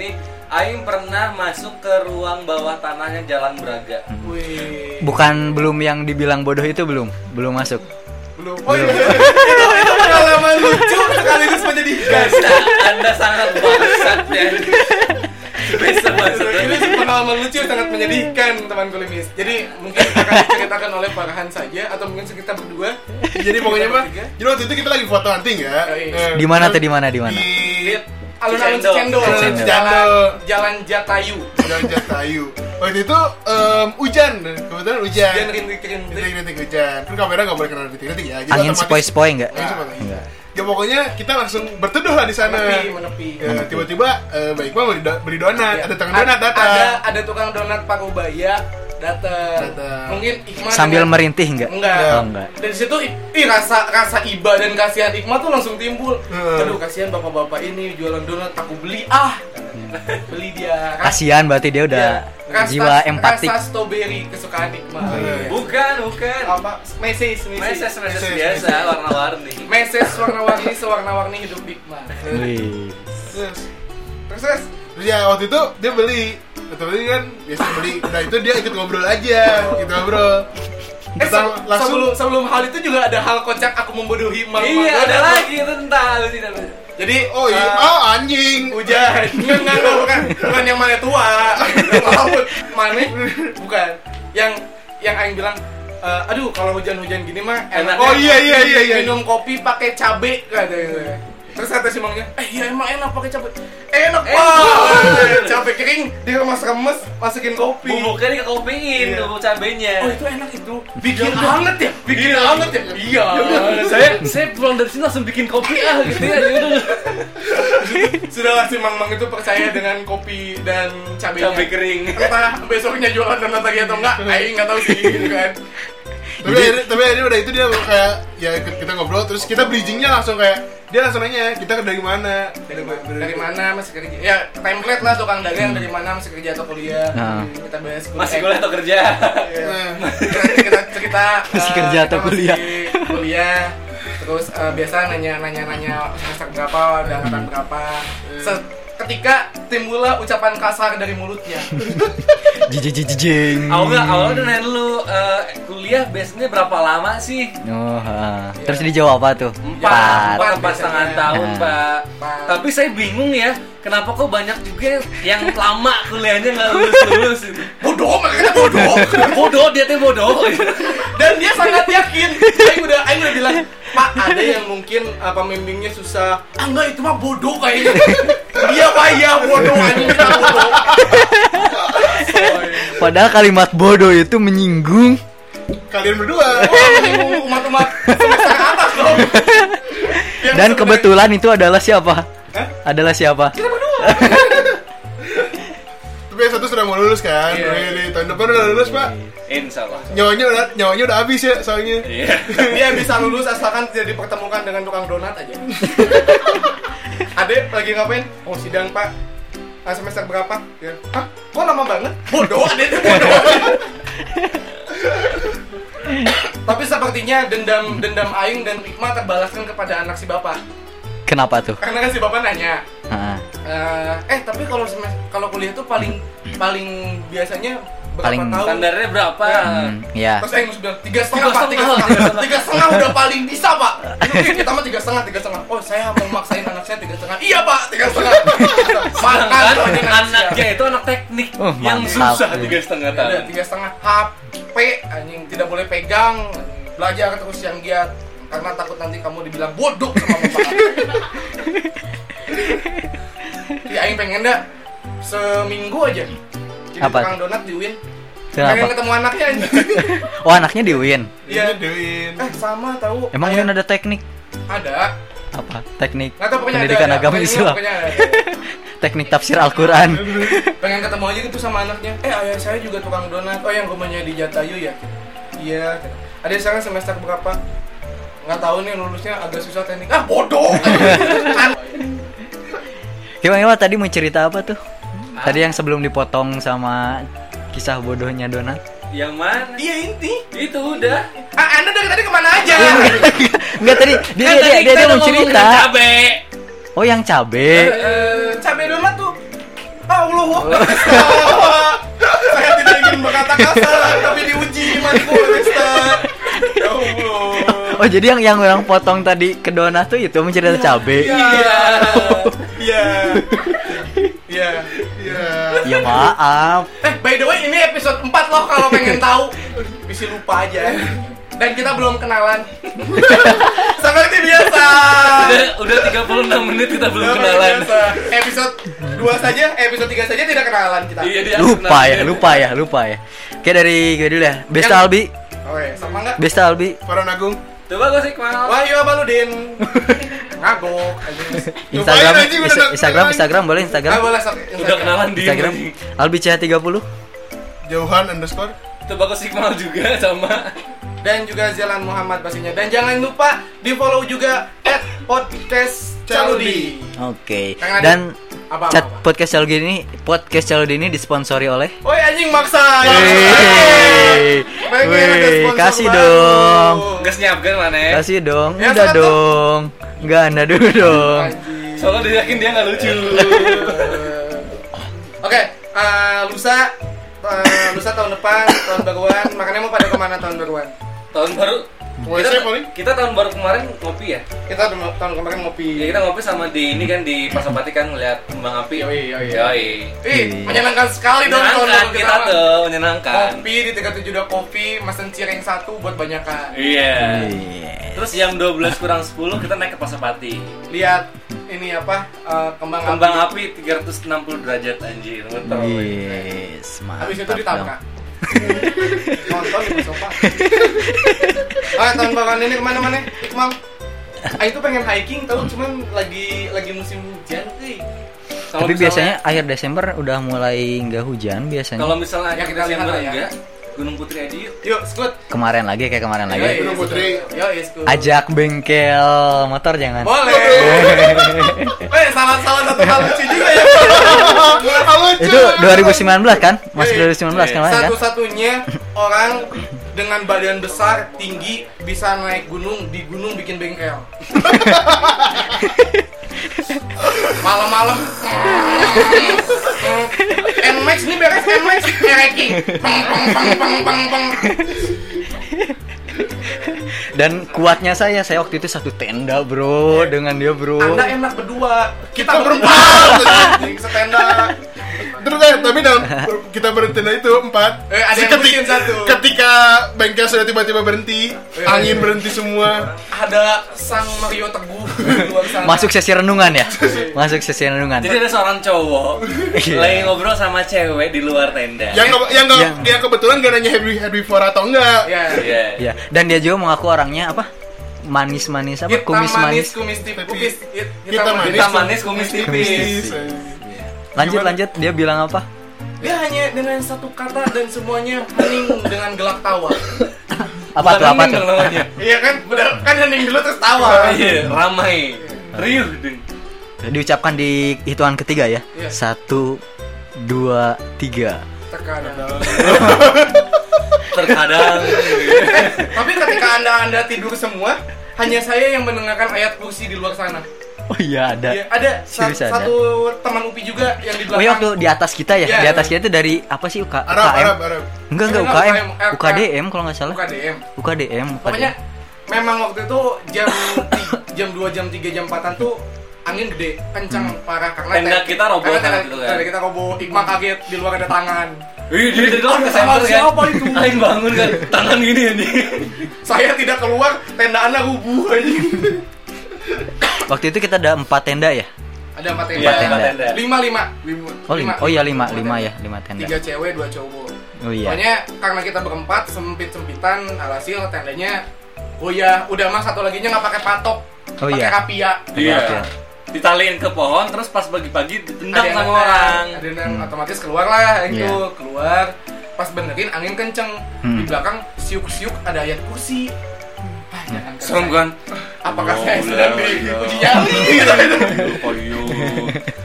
D: ini Aing pernah masuk ke ruang bawah tanahnya Jalan Braga
A: Wih.
B: Bukan belum yang dibilang bodoh itu belum, belum masuk.
C: belum oh iya
A: itu pengalaman lucu sekaligus menyedihkan.
D: Anda, anda sangat bangsat ya Bisa masuk
A: Ini pengalaman lucu sangat menyedihkan teman kulimis. Jadi mungkin akan diceritakan oleh Farhan saja atau mungkin kita berdua.
C: jadi pokoknya mah
A: Tiga.
C: jadi waktu itu kita lagi foto hunting ya
A: Oh, iya.
C: Eh,
B: Di mana tuh, di mana, di mana?
C: di
A: Alun-alun
D: Cicendo.
A: Cicendo,
B: Cicendo.
A: jalan Jalan Jatayu.
C: Jalan Jatayu waktu itu em, hujan kebetulan hujan
A: Dan rintik-rintik.
C: rintik-rintik hujan kan kamera nggak boleh kena rintik-rintik ya jadi
B: Angin
C: otomatis-
B: sepoi-sepoi Iya. enggak?
C: Angin sepoi-sepoi.
B: Enggak.
C: ya pokoknya kita langsung berteduh lah di sana
A: Menepi, menepi.
C: Ya, tiba-tiba eh, baik mah beli, do- beli donat
A: Ya.
C: ada tukang donat datang
A: Ada ada tukang donat Parubaya datang.
C: Datang.
A: Mungkin Iqmah
B: Sambil
A: dengan-
B: merintih enggak?
A: Enggak.
B: Oh, enggak.
A: Dari situ i- ih, rasa rasa iba dan kasihan Iqmah tuh langsung timbul.
C: Hmm.
A: Aduh kasihan bapak-bapak ini jualan donat aku beli ah.
B: Hmm.
A: beli dia. Ras-
B: Kasihan berarti dia udah
A: dia. Iya. Rasa-
B: jiwa empatik.
A: Rasa strawberry kesukaan Iqmah.
C: iya.
D: Bukan, bukan
A: Apa meses meses.
D: Meses, meses biasa, warna-warni
A: Meses warna-warni sewarna-warni hidup Iqmah.
B: Wih.
C: Terus,
A: Terus terus
C: terus ya waktu itu dia beli waktu beli kan biasa beli nah itu dia ikut ngobrol aja ikut ngobrol
A: Eh,
C: kita
A: se-
C: langsung
A: sebelum, sebelum hal itu juga ada hal kocak aku membodohi malu
D: Iya, ada lagi tentang tidak
A: Jadi
C: oh iya
A: eh,
C: oh anjing
A: Hujan. Enggak, enggak, enggak, bukan. Bukan yang mana tua. Yang Laut. Mana? Bukan. Yang yang aing bilang "Eh, aduh kalau hujan-hujan gini mah enak.
D: Oh,
C: iya, iya, iya, iya.
A: Minum kopi pakai cabe katanya. Terus kata si mangnya, "Eh iya emang enak pakai cabe." Enak banget. cabe kering diremes-remes masukin kopi.
D: Bubuknya dikekopiin,
A: Iya.
D: bubuk cabenya
A: Oh itu enak itu. Bikin banget ya. Bikin banget ya. Iya.
D: saya saya pulang dari sini langsung bikin kopi ah gitu ya udah
A: Sudahlah si Mang Mang itu percaya dengan kopi dan cabenya.
D: cabai kering
A: entah besoknya jualan donat lagi atau enggak Aing nggak tahu sih gitu kan
C: tapi akhirnya- tapi akhirnya udah itu dia kayak ya ikut kita ngobrol terus kita bridgingnya langsung kayak dia langsung nanya kita dari mana Nah,
A: dari, ma- dari mana masih kerja ya template lah tukang dagang dari mana masih kerja atau kuliah
B: Nah.
A: kita bahas kuliah
D: masih kuliah atau kerja
A: Iya. kita cerita
B: Masih
A: eh,
B: kerja atau
A: kita masih
B: kuliah.
A: kuliah terus eh, biasa nanya nanya nanya semester berapa udah angkatan berapa
B: Hmm.
A: Se- ketika timbullah ucapan kasar dari mulutnya
B: Jijijijijing.
D: awalnya awalnya udah nanya lu eh, kuliah biasanya berapa lama sih
B: Oh, ha. Terus dijawab apa tuh? Ya,
D: empat
A: Empat
D: empat, empat setengah
A: biasanya.
D: tahun
B: Nah.
D: pak
A: Empat.
D: tapi saya bingung ya kenapa kok banyak juga yang lama kuliahnya nggak lulus lulus
A: bodoh makanya bodoh
D: bodoh dia tuh bodoh
A: dan dia sangat yakin Aing udah Aing udah bilang Pak ada yang mungkin uh, pembimbingnya susah ah enggak itu mah bodoh kayaknya dia payah iya, bodoh anjing kita bodoh
B: Padahal kalimat bodoh itu menyinggung
C: kalian berdua
A: umat-umat semester atas dong Yang
B: dan
A: sebenarnya-
B: kebetulan itu adalah siapa? Adalah siapa?
C: tapi yang satu sudah mau lulus kan
A: Iya.
C: Udah ini, tahun depan udah lulus pak
D: insya Allah
C: nyawanya udah nyawanya udah habis ya soalnya
D: iya
A: dia bisa lulus asalkan tidak dipertemukan dengan tukang donat aja Ade lagi ngapain? Oh sidang pak Ah, semester berapa? Ya. Hah? Kok lama banget? Bodoh, Ade itu bodoh Tapi sepertinya dendam dendam Aing dan Rikma terbalaskan kepada anak si bapak
B: Kenapa tuh? Ah,
A: Karena kan si bapak nanya
B: Ha.
A: "Eh, Eh tapi kalau semes- kalau kuliah tuh paling paling biasanya berapa
B: Paling
A: tahun?
D: standarnya berapa
A: eh,
B: Hmm, ya.
A: Terus Aing bilang tiga setengah pak, tiga
D: Tiga setengah.
A: setengah, tiga setengah udah paling bisa pak. Oke kita mah tiga setengah, tiga setengah. Oh saya mau maksain anak saya tiga setengah. Iya pak, tiga setengah. Makan
D: Sedangkan
A: tuh anjing anak
D: kan?
A: ya.
D: anaknya
A: saya.
D: itu anak teknik
B: Oh,
D: yang
B: mantap.
D: susah tiga setengah
A: Ada
D: tahun
A: tiga setengah HP anjing tidak boleh pegang, belajar terus yang giat karena takut nanti kamu dibilang bodoh sama bapak. Iya Aing pengen dah seminggu aja. Jadi
B: Apa?
A: tukang donat di Win. Pengen
B: Kenapa?
A: ketemu anaknya anjing.
B: Oh, anaknya di UIN.
A: Iya.
C: Ini duin
A: Eh sama tahu.
B: Emang
A: Kayak-
B: UIN ada teknik?
A: ada
B: Apa?
A: Oh, iya.
B: Teknik
A: Nggak tahu pokoknya
B: pendidikan
A: ada, ada.
B: agama
A: Pokoknya-
B: Islam.
A: pokoknya ada.
B: Teknik tafsir Al-Qur'an.
A: Pengen ketemu aja gitu sama anaknya. Eh ayah saya juga tukang donat. Oh yang rumahnya di Jatayu ya? Iya. Ada sekarang semester berapa? Nggak tahu nih lulusnya agak susah teknik. Ah bodoh. Kan.
B: Gimana gimana tadi mau cerita apa tuh?
A: Ah.
B: Tadi yang sebelum dipotong sama kisah bodohnya Donat.
D: yang Ya, mana
A: Iya inti.
D: itu udah
A: Ah
B: Iya.
A: anda dari tadi kemana aja?
D: Kan
B: Enggak tadi dia dia dia, dia, dia mau cerita.
D: cabe
B: Oh yang cabe.
A: Eh, cabai donat tuh Allah Akbar. Saya tidak ingin berkata kasar Tapi diuji imanku Desta Ya Allah
B: Oh jadi yang yang orang potong tadi ke donat tuh itu mencerita cabe.
A: Iya Iya Iya
C: Iya.
B: Ya maaf.
A: Eh by the way ini episode 4 loh Kalau pengen tahu Bisa lupa aja ya. Dan kita belum kenalan Seperti biasa
D: udah udah 36 menit kita belum
A: Seperti
D: kenalan
A: biasa. Episode 2 saja Episode 3 saja tidak kenalan kita
D: iya dia harus
B: Lupa
D: kenalan.
B: ya, lupa ya, lupa ya. Oke dari gue dulu ya. Besta
A: Yang-
B: Albi,
A: Oke Oh, iya, sama nggak?
B: Besta Albi.
C: Farhan Agung.
D: coba gue sih kenal
A: Wahyu Abaludin Ngagok anjing. ya,
B: Instagram,
C: anjing,
B: Insta-
C: udah kenalan.
B: Instagram, Instagram boleh
A: Ah,
B: Instagram.
A: boleh sok.
D: udah kenalan di
B: Instagram Albi CH30.
C: Jauhan underscore.
D: coba gue Sigmal juga sama
A: dan juga Jalan Muhammad pastinya dan jangan lupa di follow juga at podcast Caludi
B: Oke.
A: Tangan
B: Dan
A: apa
B: chat
A: apa, apa.
B: podcast Caludi ini podcast Caludi ini disponsori oleh
A: Woi anjing maksa
B: Wih.
A: Pengen ada
B: Wih,
A: sponsor
B: kasih
A: baru.
B: dong.
D: nggak siapkan mana
B: Kasih dong,
A: Ya,
B: udah
A: satu.
B: dong. Enggak, anda dulu dong.
A: Anjing.
D: soalnya dia yakin dia nggak lucu
A: Oke, eh, lusa eh, lusa tahun depan tahun baruan makanya mau pada kemana tahun baruan
D: tahun baru
C: WC paling.
D: kita tahun baru kemarin ngopi ya
A: kita udah- tahun kemarin ngopi
D: ya kita ngopi sama di ini kan di Pasopati kan ngeliat kembang api
A: Yoi, yoi, yoi.
D: Yoi.
B: Iya.
A: Ih, menyenangkan sekali dong tahun
D: menyenangkan
A: baru
D: kita
A: mah.
D: tuh menyenangkan
A: kopi di 37 udah kopi mesen cireng satu buat banyakan
D: iya
B: Iya.
D: terus jam 12 kurang 10 kita naik ke Pasopati
A: lihat ini apa eh, kembang,
D: kembang
A: api.
D: api 360 derajat anjir muter
B: Iya. Yes,
A: habis itu
B: mantap dong.
A: ditabrak nonton di sofa ah tahun bakalan ini kemana-mana cuma ah itu pengen hiking tahu cuman lagi lagi musim hujan sih
D: Kalau
B: Tapi
D: misalnya-
B: biasanya akhir Desember udah mulai nggak hujan biasanya.
D: kalau misalnya
A: Ya,
D: ya,
A: kita
D: kita
A: lihat lah ya.
D: enggak Gunung Putri aja yuk
A: yuk skut
B: Kemarin lagi kayak kemarin lagi.
A: Yoi,
C: Gunung Putri.
A: skut. Yoi, skut
B: Ajak bengkel motor jangan.
A: boleh eh salah salah satu hal lucu juga ya
C: Ah, lucu.
B: Itu 2019 kan? Masih
A: Yoi.
B: 2019
D: Yoi.
B: kemarin kan?
A: satu-satunya orang dengan badan besar tinggi bisa naik gunung di gunung bikin bengkel malam-malam Nmax nih beres Nmax Ereki peng peng peng peng peng
B: Oh.
A: peng
B: Dan kuatnya saya, saya waktu itu satu tenda bro dengan dia bro.
A: anda enak berdua kita
C: Kita
A: berempat
C: berempat.
A: Anjing, setenda
C: Terus eh, tapi dalam kita berhenti nah itu empat.
A: Eh, ada yang
C: Seketi-
A: bikin satu.
C: Ketika bengkel sudah tiba-tiba berhenti,
A: Eh.
C: angin berhenti semua.
A: ada sang Mario Teguh di luar sana
B: Masuk sesi renungan ya? Masuk sesi renungan.
D: jadi ada seorang cowok
B: Iya.
D: lagi ngobrol sama cewek di luar tenda
A: Eh. Ya.
C: Yang ke- yang ke-
B: Yang-
C: yang kebetulan gak nanya Henry Henry Fora atau enggak.
A: ya
D: Iya.
B: Ya, dan dia juga mengaku orangnya apa? Manis-manis apa?
A: Hitam
B: Kumis
A: manis,
B: manis.
A: kumis tipis, Kukis- hit-
C: Kita
A: hitam
C: manis,
D: Hitam manis, kumis tipis.
B: Lanjut
C: Gimana?
B: lanjut, dia bilang apa?
A: Dia hanya dengan satu kata dan semuanya hening dengan gelak tawa.
B: Apa
D: Bukan
B: tuh apa
D: Amin
B: tuh?
D: dong namanya
A: Iya kan? Bener kan hening dulu terus tawa.
D: iya ramai riuh deng
B: Diucapkan di hitungan ketiga ya.
A: Iya.
B: Satu, dua, tiga.
A: Tekanan.
D: terkadang
A: Tapi ketika Anda-anda tidur semua, hanya saya yang mendengarkan ayat kursi di luar sana.
B: Oh iya ada.
A: Iya, ada sa-
B: Serius ada?
A: satu teman Upi juga yang di
B: Oh iya waktu
A: belakang.
B: di atas kita ya,
A: Iya,
B: di atas
A: iya.
B: kita itu dari apa sih UK,
C: Arab,
B: UKM?
C: Arab, Arab.
B: Enggak enggak
A: Enggak,
B: UKM,
A: UKM.
B: UKDM kalau nggak salah.
A: Buka DM.
B: UKDM,
A: Pokoknya
B: UKDM.
A: memang waktu itu jam ti- jam 2, jam 3, jam 4-an tuh angin gede, kencang
B: Hmm.
A: parah karena
D: Tenda
A: te-
D: kita roboh
A: karena
D: kan
A: tenda-
D: gitu kan.
A: tenda kita roboh. Iqbal kaget di luar ada tangan.
D: Wih, dia dari luar ke
A: Sama
D: sana kan.
A: siapa itu?
D: Aing bangun kan, tangan gini ini.
A: Saya tidak keluar, tenda Anda rubuh anjing.
B: Waktu itu kita ada empat tenda ya.
A: Ada empat tenda.
D: Iya,
B: Empat tenda.
D: tenda.
A: Lima lima. Lima.
B: Oh lima, oh iya lima, lima ya, lima tenda.
A: Tiga cewek dua cowok.
B: Oh iya.
A: Pokoknya karena kita berempat sempit sempitan alhasil tendanya Oh iya, udah mah satu laginya nggak pakai patok,
B: Oh
A: pakai
B: iya.
A: kapia.
B: Iya.
D: Ditaliin ke pohon terus pas pagi-pagi
A: Ada
D: ditendang
A: yang
D: sama
A: nendang,
D: orang.
A: Ada yang nendang, otomatis keluar lah itu
B: Hmm. Iya.
A: keluar. Pas benerin angin kenceng di
B: Hmm.
A: belakang siuk-siuk ada ayat kursi. Ah, jangan kan.
D: Sungguan.
A: Apakah saya
D: Oh,
A: sedang
D: lah,
A: di
D: lah.
A: uji nyali?
D: Koyo.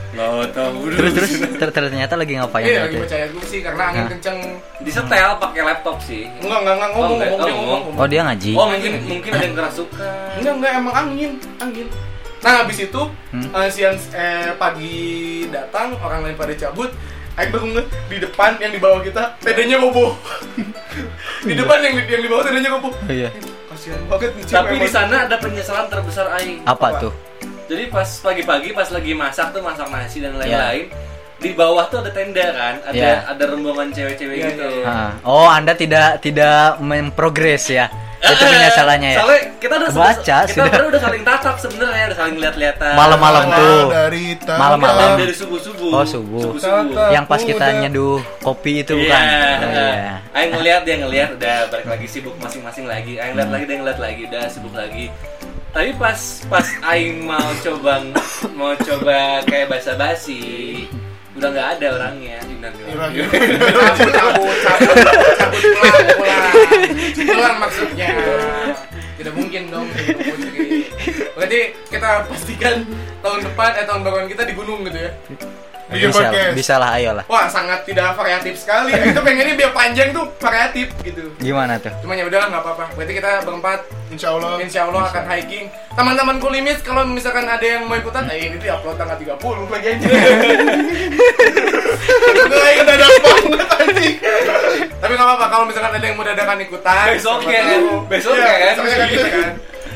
B: Terus terus ter- ternyata lagi ngapain
A: Iya, lagi
B: gitu ya?
A: baca ayat kursi karena angin
B: Nah.
A: kenceng.
D: disetel pakai laptop sih.
A: Enggak, enggak, enggak ngomong,
D: Oh, enggak,
A: ngomong,
D: oh,
A: ngomong,
D: ngomong.
B: Oh dia ngaji.
D: Oh mungkin mungkin ada yang kerasukan.
A: Enggak, enggak, emang angin, angin. Nah habis itu
B: Hmm.
A: eh, siang eh, pagi datang orang lain pada cabut. Aing baru ngeh, di depan yang di bawah kita pedenya roboh. di
D: Iya.
A: depan yang yang di bawah pedenya roboh.
B: Iya.
A: Kasihan banget nih cewek,
D: Tapi
A: emang.
D: di sana ada penyesalan terbesar aing.
B: Apa,
A: Apa?
B: tuh?
D: Jadi pas pagi-pagi pas lagi masak tuh masak nasi dan lain-lain, di bawah tuh ada tenda kan, ada
B: Iya.
D: ada rombongan cewek-cewek
A: Iya,
D: gitu.
A: iya,
B: Ah. Oh, Anda tidak tidak memprogres ya. Itu
A: Eh,
B: penyesalannya ya.
D: Soalnya kita udah
B: Baca,
D: kita
B: sudah.
D: baru udah saling tatap sebenarnya, udah saling lihat-lihatan.
B: Malam-malam tuh.
C: dari tangga.
B: Malam-malam.
D: dari subuh-subuh.
B: Oh, subuh.
D: Subuh-subuh.
A: Tatap.
B: Yang pas kita
C: Udah.
B: nyeduh kopi itu
D: Iya.
B: bukan? Oh, iya.
D: Aing ngeliat dia ngeliat udah balik lagi sibuk masing-masing lagi. Aing ngeliat lagi dia ngeliat lagi udah sibuk lagi. Tapi pas pas Aing mau coba mau coba kayak basa-basi udah nggak ada orangnya. Yunan, Yunan.
A: cabut cabut cabut cabut pulang pulang pulang maksudnya tidak mungkin dong hidup putri berarti kita pastikan tahun depan eh tahun baruan kita di gunung gitu ya
C: Bikin
B: Bisa,
C: podcast.
B: bisa lah, ayolah.
A: wah sangat tidak variatif sekali itu pengennya biar panjang tuh variatif gitu
B: Gimana tuh?
A: cuman ya udahlah nggak apa-apa berarti kita berempat
C: Insya Allah.
A: Insya Allah akan hiking Teman-teman kulimis kalau misalkan ada yang mau ikutan Eh ini di upload tanggal 30 lagi aja Nah, Gue yang dadak banget anjing Tapi gak apa-apa kalau misalkan ada yang mau dadakan ikutan siapa
D: Besoknya kan?
A: tahu.
D: Besoknya
A: Iya,
D: kan?
A: besoknya kan, gitu kan.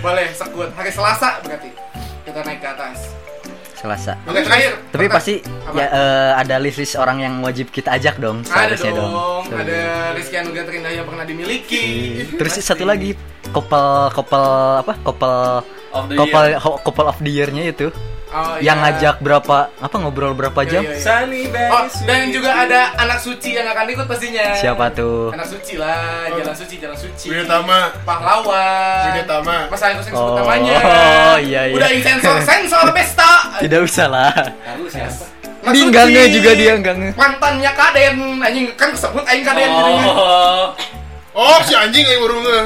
A: Boleh, sekut Hari Selasa berarti Kita naik ke atas
B: Selasa.
A: Oke terakhir
B: Tapi
A: Pernah-
B: pasti
A: Apa?
B: ya eh, ada list-list orang yang wajib kita ajak dong.
A: Ada
B: seharusnya
A: dong,
B: Tuh.
A: ada Rizky Anugerah terindah yang pernah dimiliki
B: Terus satu lagi couple couple apa? Couple
D: Of the
B: couple
D: year.
B: ho- couple of the year-nya itu
A: Oh,
B: yang
A: iya.
B: ngajak berapa apa ngobrol berapa
A: Iya,
B: jam?
A: iya, iya.
D: Sunny Bay,
A: Oh, dan
D: sweet.
A: juga ada anak suci yang akan ikut pastinya.
B: Siapa tuh?
A: Anak suci lah, jalan suci, jalan suci.
C: Wira Tama.
A: Pahlawan.
C: Wira Tama.
A: Masa yang sering sebut
B: Oh,
A: namanya.
B: iya, iya.
A: Udah yang sensor, sensor pesta.
B: Tidak usah lah.
D: Lalu siapa?
A: Anak
B: Di
A: suci.
B: enggangnya juga dia enggangnya.
A: Mantannya Kaden, anjing kan kesebut aing Kaden jadinya.
D: Oh,
C: Oh si anjing yang eh. baru nge.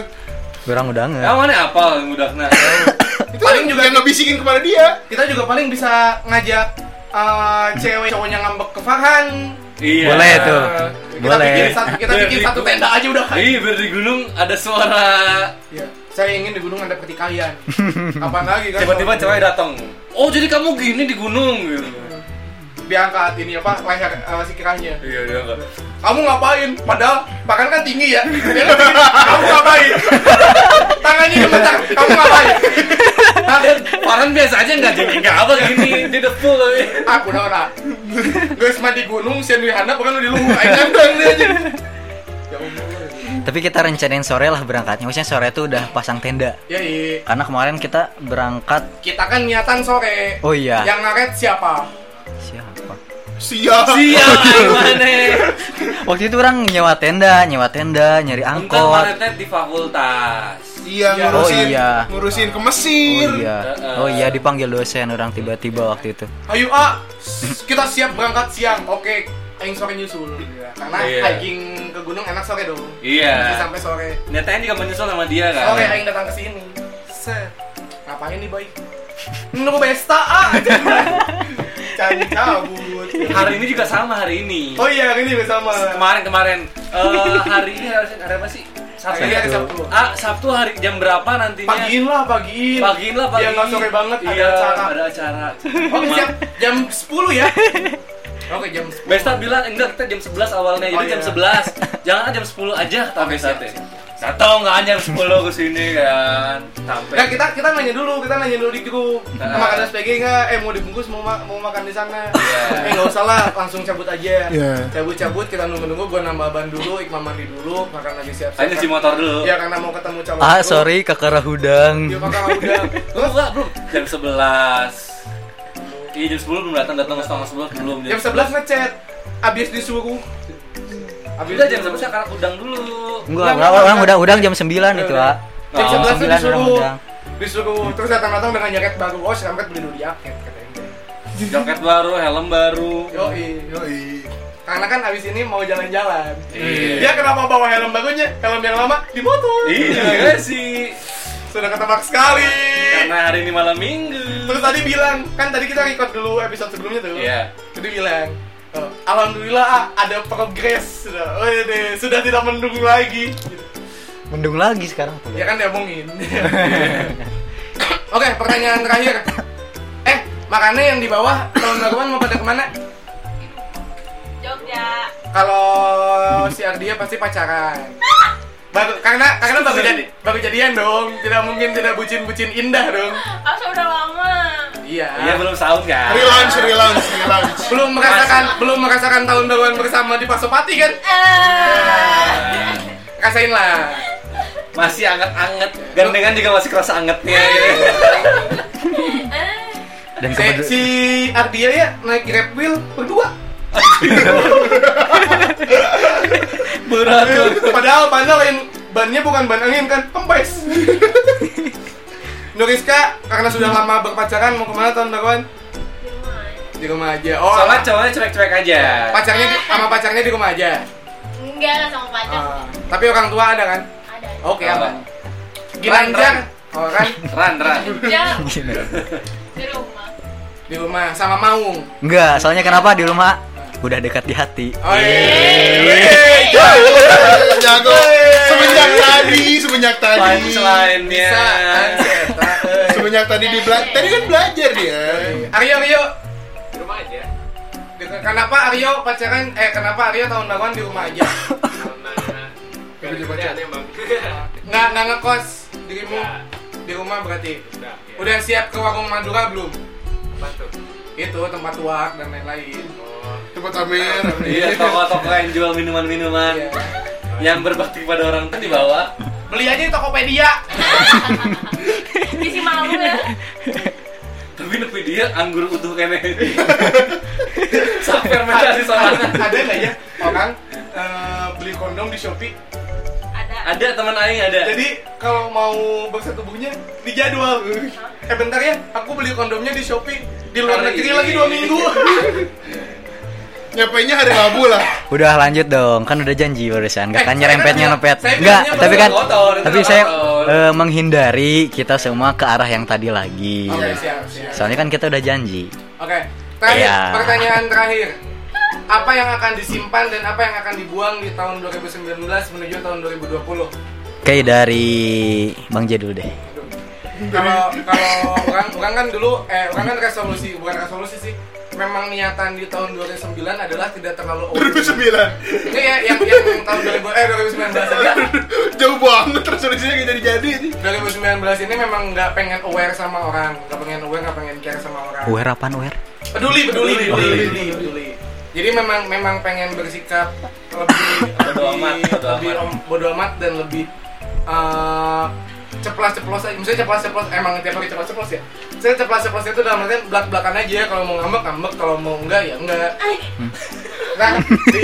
B: Kurang udah nggak?
D: kamu mana apa Nah. mudahnya?
C: Itu paling juga yang ngebisikin kepada dia.
A: Kita juga paling bisa ngajak eh, cewek cowoknya ngambek ke Farhan.
D: Iya.
B: Boleh tuh.
A: Eh, kita
B: Boleh.
A: bikin satu, kita bikin satu tenda aja udah.
D: Iya, biar di gunung ada suara
A: Iya. Saya ingin di gunung ada pertikaian. Kapan lagi kan?
D: tiba-tiba cewek datang. Oh, jadi kamu gini di gunung gitu.
A: diangkat ini apa leher eh, si kiranya.
D: Iya, iya, Kak.
A: kamu ngapain? Padahal makan kan tinggi ya. Dia kan tinggi. kamu ngapain? Tangannya gemetar. Kamu ngapain? Hah?
D: Orang biasa aja nggak jadi nggak apa gini di the pool tapi.
A: Aku Ah, udah ora. Guys mah di gunung, sian di handap bukan lu di luhur. Aing ngandang dia aja. Ya Allah.
B: Tapi kita rencanain sore lah berangkatnya. Maksudnya sore tuh udah pasang tenda.
A: Ya iya.
B: Karena kemarin kita berangkat
A: Kita kan niatan sore.
B: Oh iya.
A: Yang ngaret siapa?
B: siapa?
C: Siap.
D: Sial, aing mana?
B: Waktu itu orang nyewa tenda, nyewa tenda, nyari
D: Angkot mana
B: angkot.
D: teh di fakultas.
C: Iya
A: Oh,
C: ngurusin.
B: iya.
C: Ngurusin ke
B: Oh
C: Mesir.
B: iya. Oh iya dipanggil dosen orang tiba-tiba waktu itu.
A: Ayo A, S- kita siap berangkat siang. Oke, aing sore nyusul. Ya, Karena
D: Iya.
A: hiking ke gunung enak sore dong. Jadi
D: Iya.
A: sampai sore.
D: Nyatanya juga menyusul sama dia kan.
A: Oke, aing datang ke sini. Set. Ngapain nih, Boy? Nunggu besta ah. Cari cabut.
D: Hari ini juga sama hari ini.
A: Oh iya, hari ini juga sama.
D: Kemarin kemarin Eh, hari ini hari, hari apa sih? Sabtu.
A: Iya, Hari ini hari
D: ya?
A: Sabtu.
D: Ah, Sabtu hari jam berapa nantinya?
A: Pagiin lah, pagiin.
D: Pagiin lah pagi.
A: Biar nggak sore banget
D: iya,
A: ada acara.
D: Ada acara.
A: Oke, siap. Jam 10 ya. Oke, jam 10.
D: Besta bilang enggak kita jam 11 awalnya, jadi
A: Oh, iya.
D: jam 11. Jangan ah, jam 10 aja kata Besta teh. Nggak tahu nggak ah, jam 10 ke sini kan. Sampai.
A: Nah, kita kita nanya dulu, kita nanya dulu di grup.
D: Nah.
A: Mau makan SPG nggak? Eh mau dibungkus mau ma- mau makan di sana.
D: Iya.
A: Eh nggak usah lah, langsung cabut aja.
C: Iya.
A: Cabut-cabut kita nunggu-nunggu gua nambah ban dulu, Iqmam mandi dulu, makan lagi siap-siap.
D: Ayo cuci motor dulu.
A: Ya karena mau ketemu calon.
B: Ah
A: lu.
B: sorry kakak hudang.
A: Dia makan udah.
D: Lu nggak, Bro? Jam 11. Iya jam 10 belum datang, datang setengah 11 belum.
A: Jam 11 ngechat. Abis disuruh. Abis
D: Udah jam kan? 11 akan udang dulu.
B: Enggak,
A: Enggak,
B: orang
A: enggak.
B: udang udang jam 9 itu,
A: Udah.
B: Pak.
A: Jam
D: Oh,
A: 11 tuh
B: sembilan
A: disuruh.
B: orang undang.
A: Disuruh terus datang-datang dengan jaket baru. Oh, sampai beli dulu jaket katanya.
D: Jaket baru, helm baru.
A: Yoi.
C: Yoi.
A: Karena kan abis ini mau jalan-jalan.
D: Iya.
A: Dia kenapa bawa helm bagunya? Helm yang lama di motor.
D: Iya nggak sih.
A: Sudah ketebak sekali.
D: Iya, Karena hari ini malam minggu.
A: Terus tadi bilang, kan tadi kita record dulu episode sebelumnya tuh.
D: Iya.
A: Jadi bilang, "Oh, Alhamdulillah ah, ada progres sudah. Oh, iya deh, sudah tidak mendung lagi. Gitu.
B: Mendung lagi sekarang.
A: Ya kan diomongin. Oke, pertanyaan terakhir. Makanya yang di bawah tahun baruan mau pada kemana?
E: Jogja.
A: Kalau si Ardia pasti pacaran. Baru, karena karena baru jadi baru jadian dong. Tidak mungkin tidak bucin-bucin indah dong.
E: Asa Ah, udah lama.
A: Iya.
D: Iya belum sahur kan?
C: Relaunch, relaunch, relaunch.
A: Belum merasakan belum merasakan tahun baruan bersama di Pasopati kan?
E: Eh.
D: Nah,
A: Rasain lah.
D: Masih anget-anget. Gandengan juga masih kerasa angetnya.
E: Eh.
A: Si,
B: Dan kebetulan
A: si Ardia ya naik grab wheel berdua.
D: Berat tuh.
A: Eh, Padahal padahal yang bannya bukan ban angin kan kempes. Nuriska karena sudah lama berpacaran mau kemana tahun baruan?
E: di rumah
A: Di rumah
E: aja.
A: aja. Oh,
D: Soalnya cowoknya cuek-cuek aja.
A: pacarnya di- sama pacarnya di rumah aja.
E: Enggak sama pacar.
A: Ah, tapi orang tua ada kan?
E: Ada.
A: Oke,
D: Ada.
A: aman. Ginanjar, oh kan
D: Ran, ran.
E: Jauh
B: Gini.
E: di rumah.
A: di rumah sama Maung.
B: Enggak, soalnya kenapa di rumah udah dekat di hati.
A: Oh
E: Yeay.
A: iya.
C: Jago. Semenjak tadi, semenjak tadi.
D: Punchline-nya.
A: Bisa kan Seta?
C: Semenjak tadi di bela- tadi kan belajar dia.
A: Aryo, Aryo.
D: Di rumah aja.
A: Dengan- Kenapa Aryo pacaran eh kenapa Aryo tahun baruan di rumah aja?
C: Gak punya pacar.
A: Nggak nggak ngekos dirimu di rumah berarti.
D: iya.
A: Udah siap ke warung Madura belum? Itu tempat tuak dan lain-lain.
D: Oh.
C: Tempat Amir.
D: Iya, toko-toko yang jual minuman-minuman
A: Iya.
D: yang berbakti kepada orang tuh di bawah.
A: Beli aja di Tokopedia.
E: Isi malu ya.
D: Tapi nepi dia anggur utuh kene. Sampai fermentasi soalnya.
A: Ada nggak ya orang eh, beli kondom di Shopee?
E: Ada.
D: Ada teman aing ada.
A: Jadi kalau mau bangsa tubuhnya dijadwal. Eh bentar ya, aku beli kondomnya di Shopee di luar
D: Hari
A: negeri
D: ini.
A: lagi dua minggu.
C: Nyapainnya hari Rabu lah.
B: Udah lanjut dong, kan udah janji
A: Eh,
B: barusan. Gak kan
A: saya
B: nyerempetnya
A: kan-
B: nepet.
A: saya
B: Enggak,
A: bilangnya
B: tapi kan
D: kotor, itu
B: tapi
D: nggak
B: saya
D: kotor.
B: eh, menghindari kita semua ke arah yang tadi lagi.
A: Oke, siap, siap.
B: Soalnya kan kita udah janji.
A: Oke. Terakhir,
B: Iya.
A: pertanyaan terakhir. Apa yang akan disimpan dan apa yang akan dibuang di tahun 2019 menuju tahun 2020?
B: Kayak dari Bang J dulu deh.
A: Kalau kalau orang orang kan dulu eh orang kan resolusi bukan resolusi sih. Memang niatan di tahun 2009 adalah tidak terlalu over.
C: 2009.
A: Ini ya yang yang tahun 2000 eh 2019 aja.
C: Jauh banget resolusinya gak jadi-jadi ini.
A: 2019 ini memang nggak pengen aware sama orang, nggak pengen aware, nggak pengen care sama orang.
B: Uwer apaan uwer?
A: Peduli, peduli,
D: Peduli,
A: peduli,
D: peduli.
A: peduli, peduli. Jadi memang memang pengen bersikap lebih
D: Bodo
A: lebih-
D: amat, bodo
A: lebih
D: amat.
A: om- bodo amat dan lebih eh, ceplas-ceplos aja. Misalnya ceplas-ceplos emang tiap hari ceplas-ceplos ya. Saya ceplas-ceplos itu dalam artian belak-belakan aja ya kalau mau ngambek ngambek, kalau mau enggak ya enggak.
E: Ay,
A: Nah, di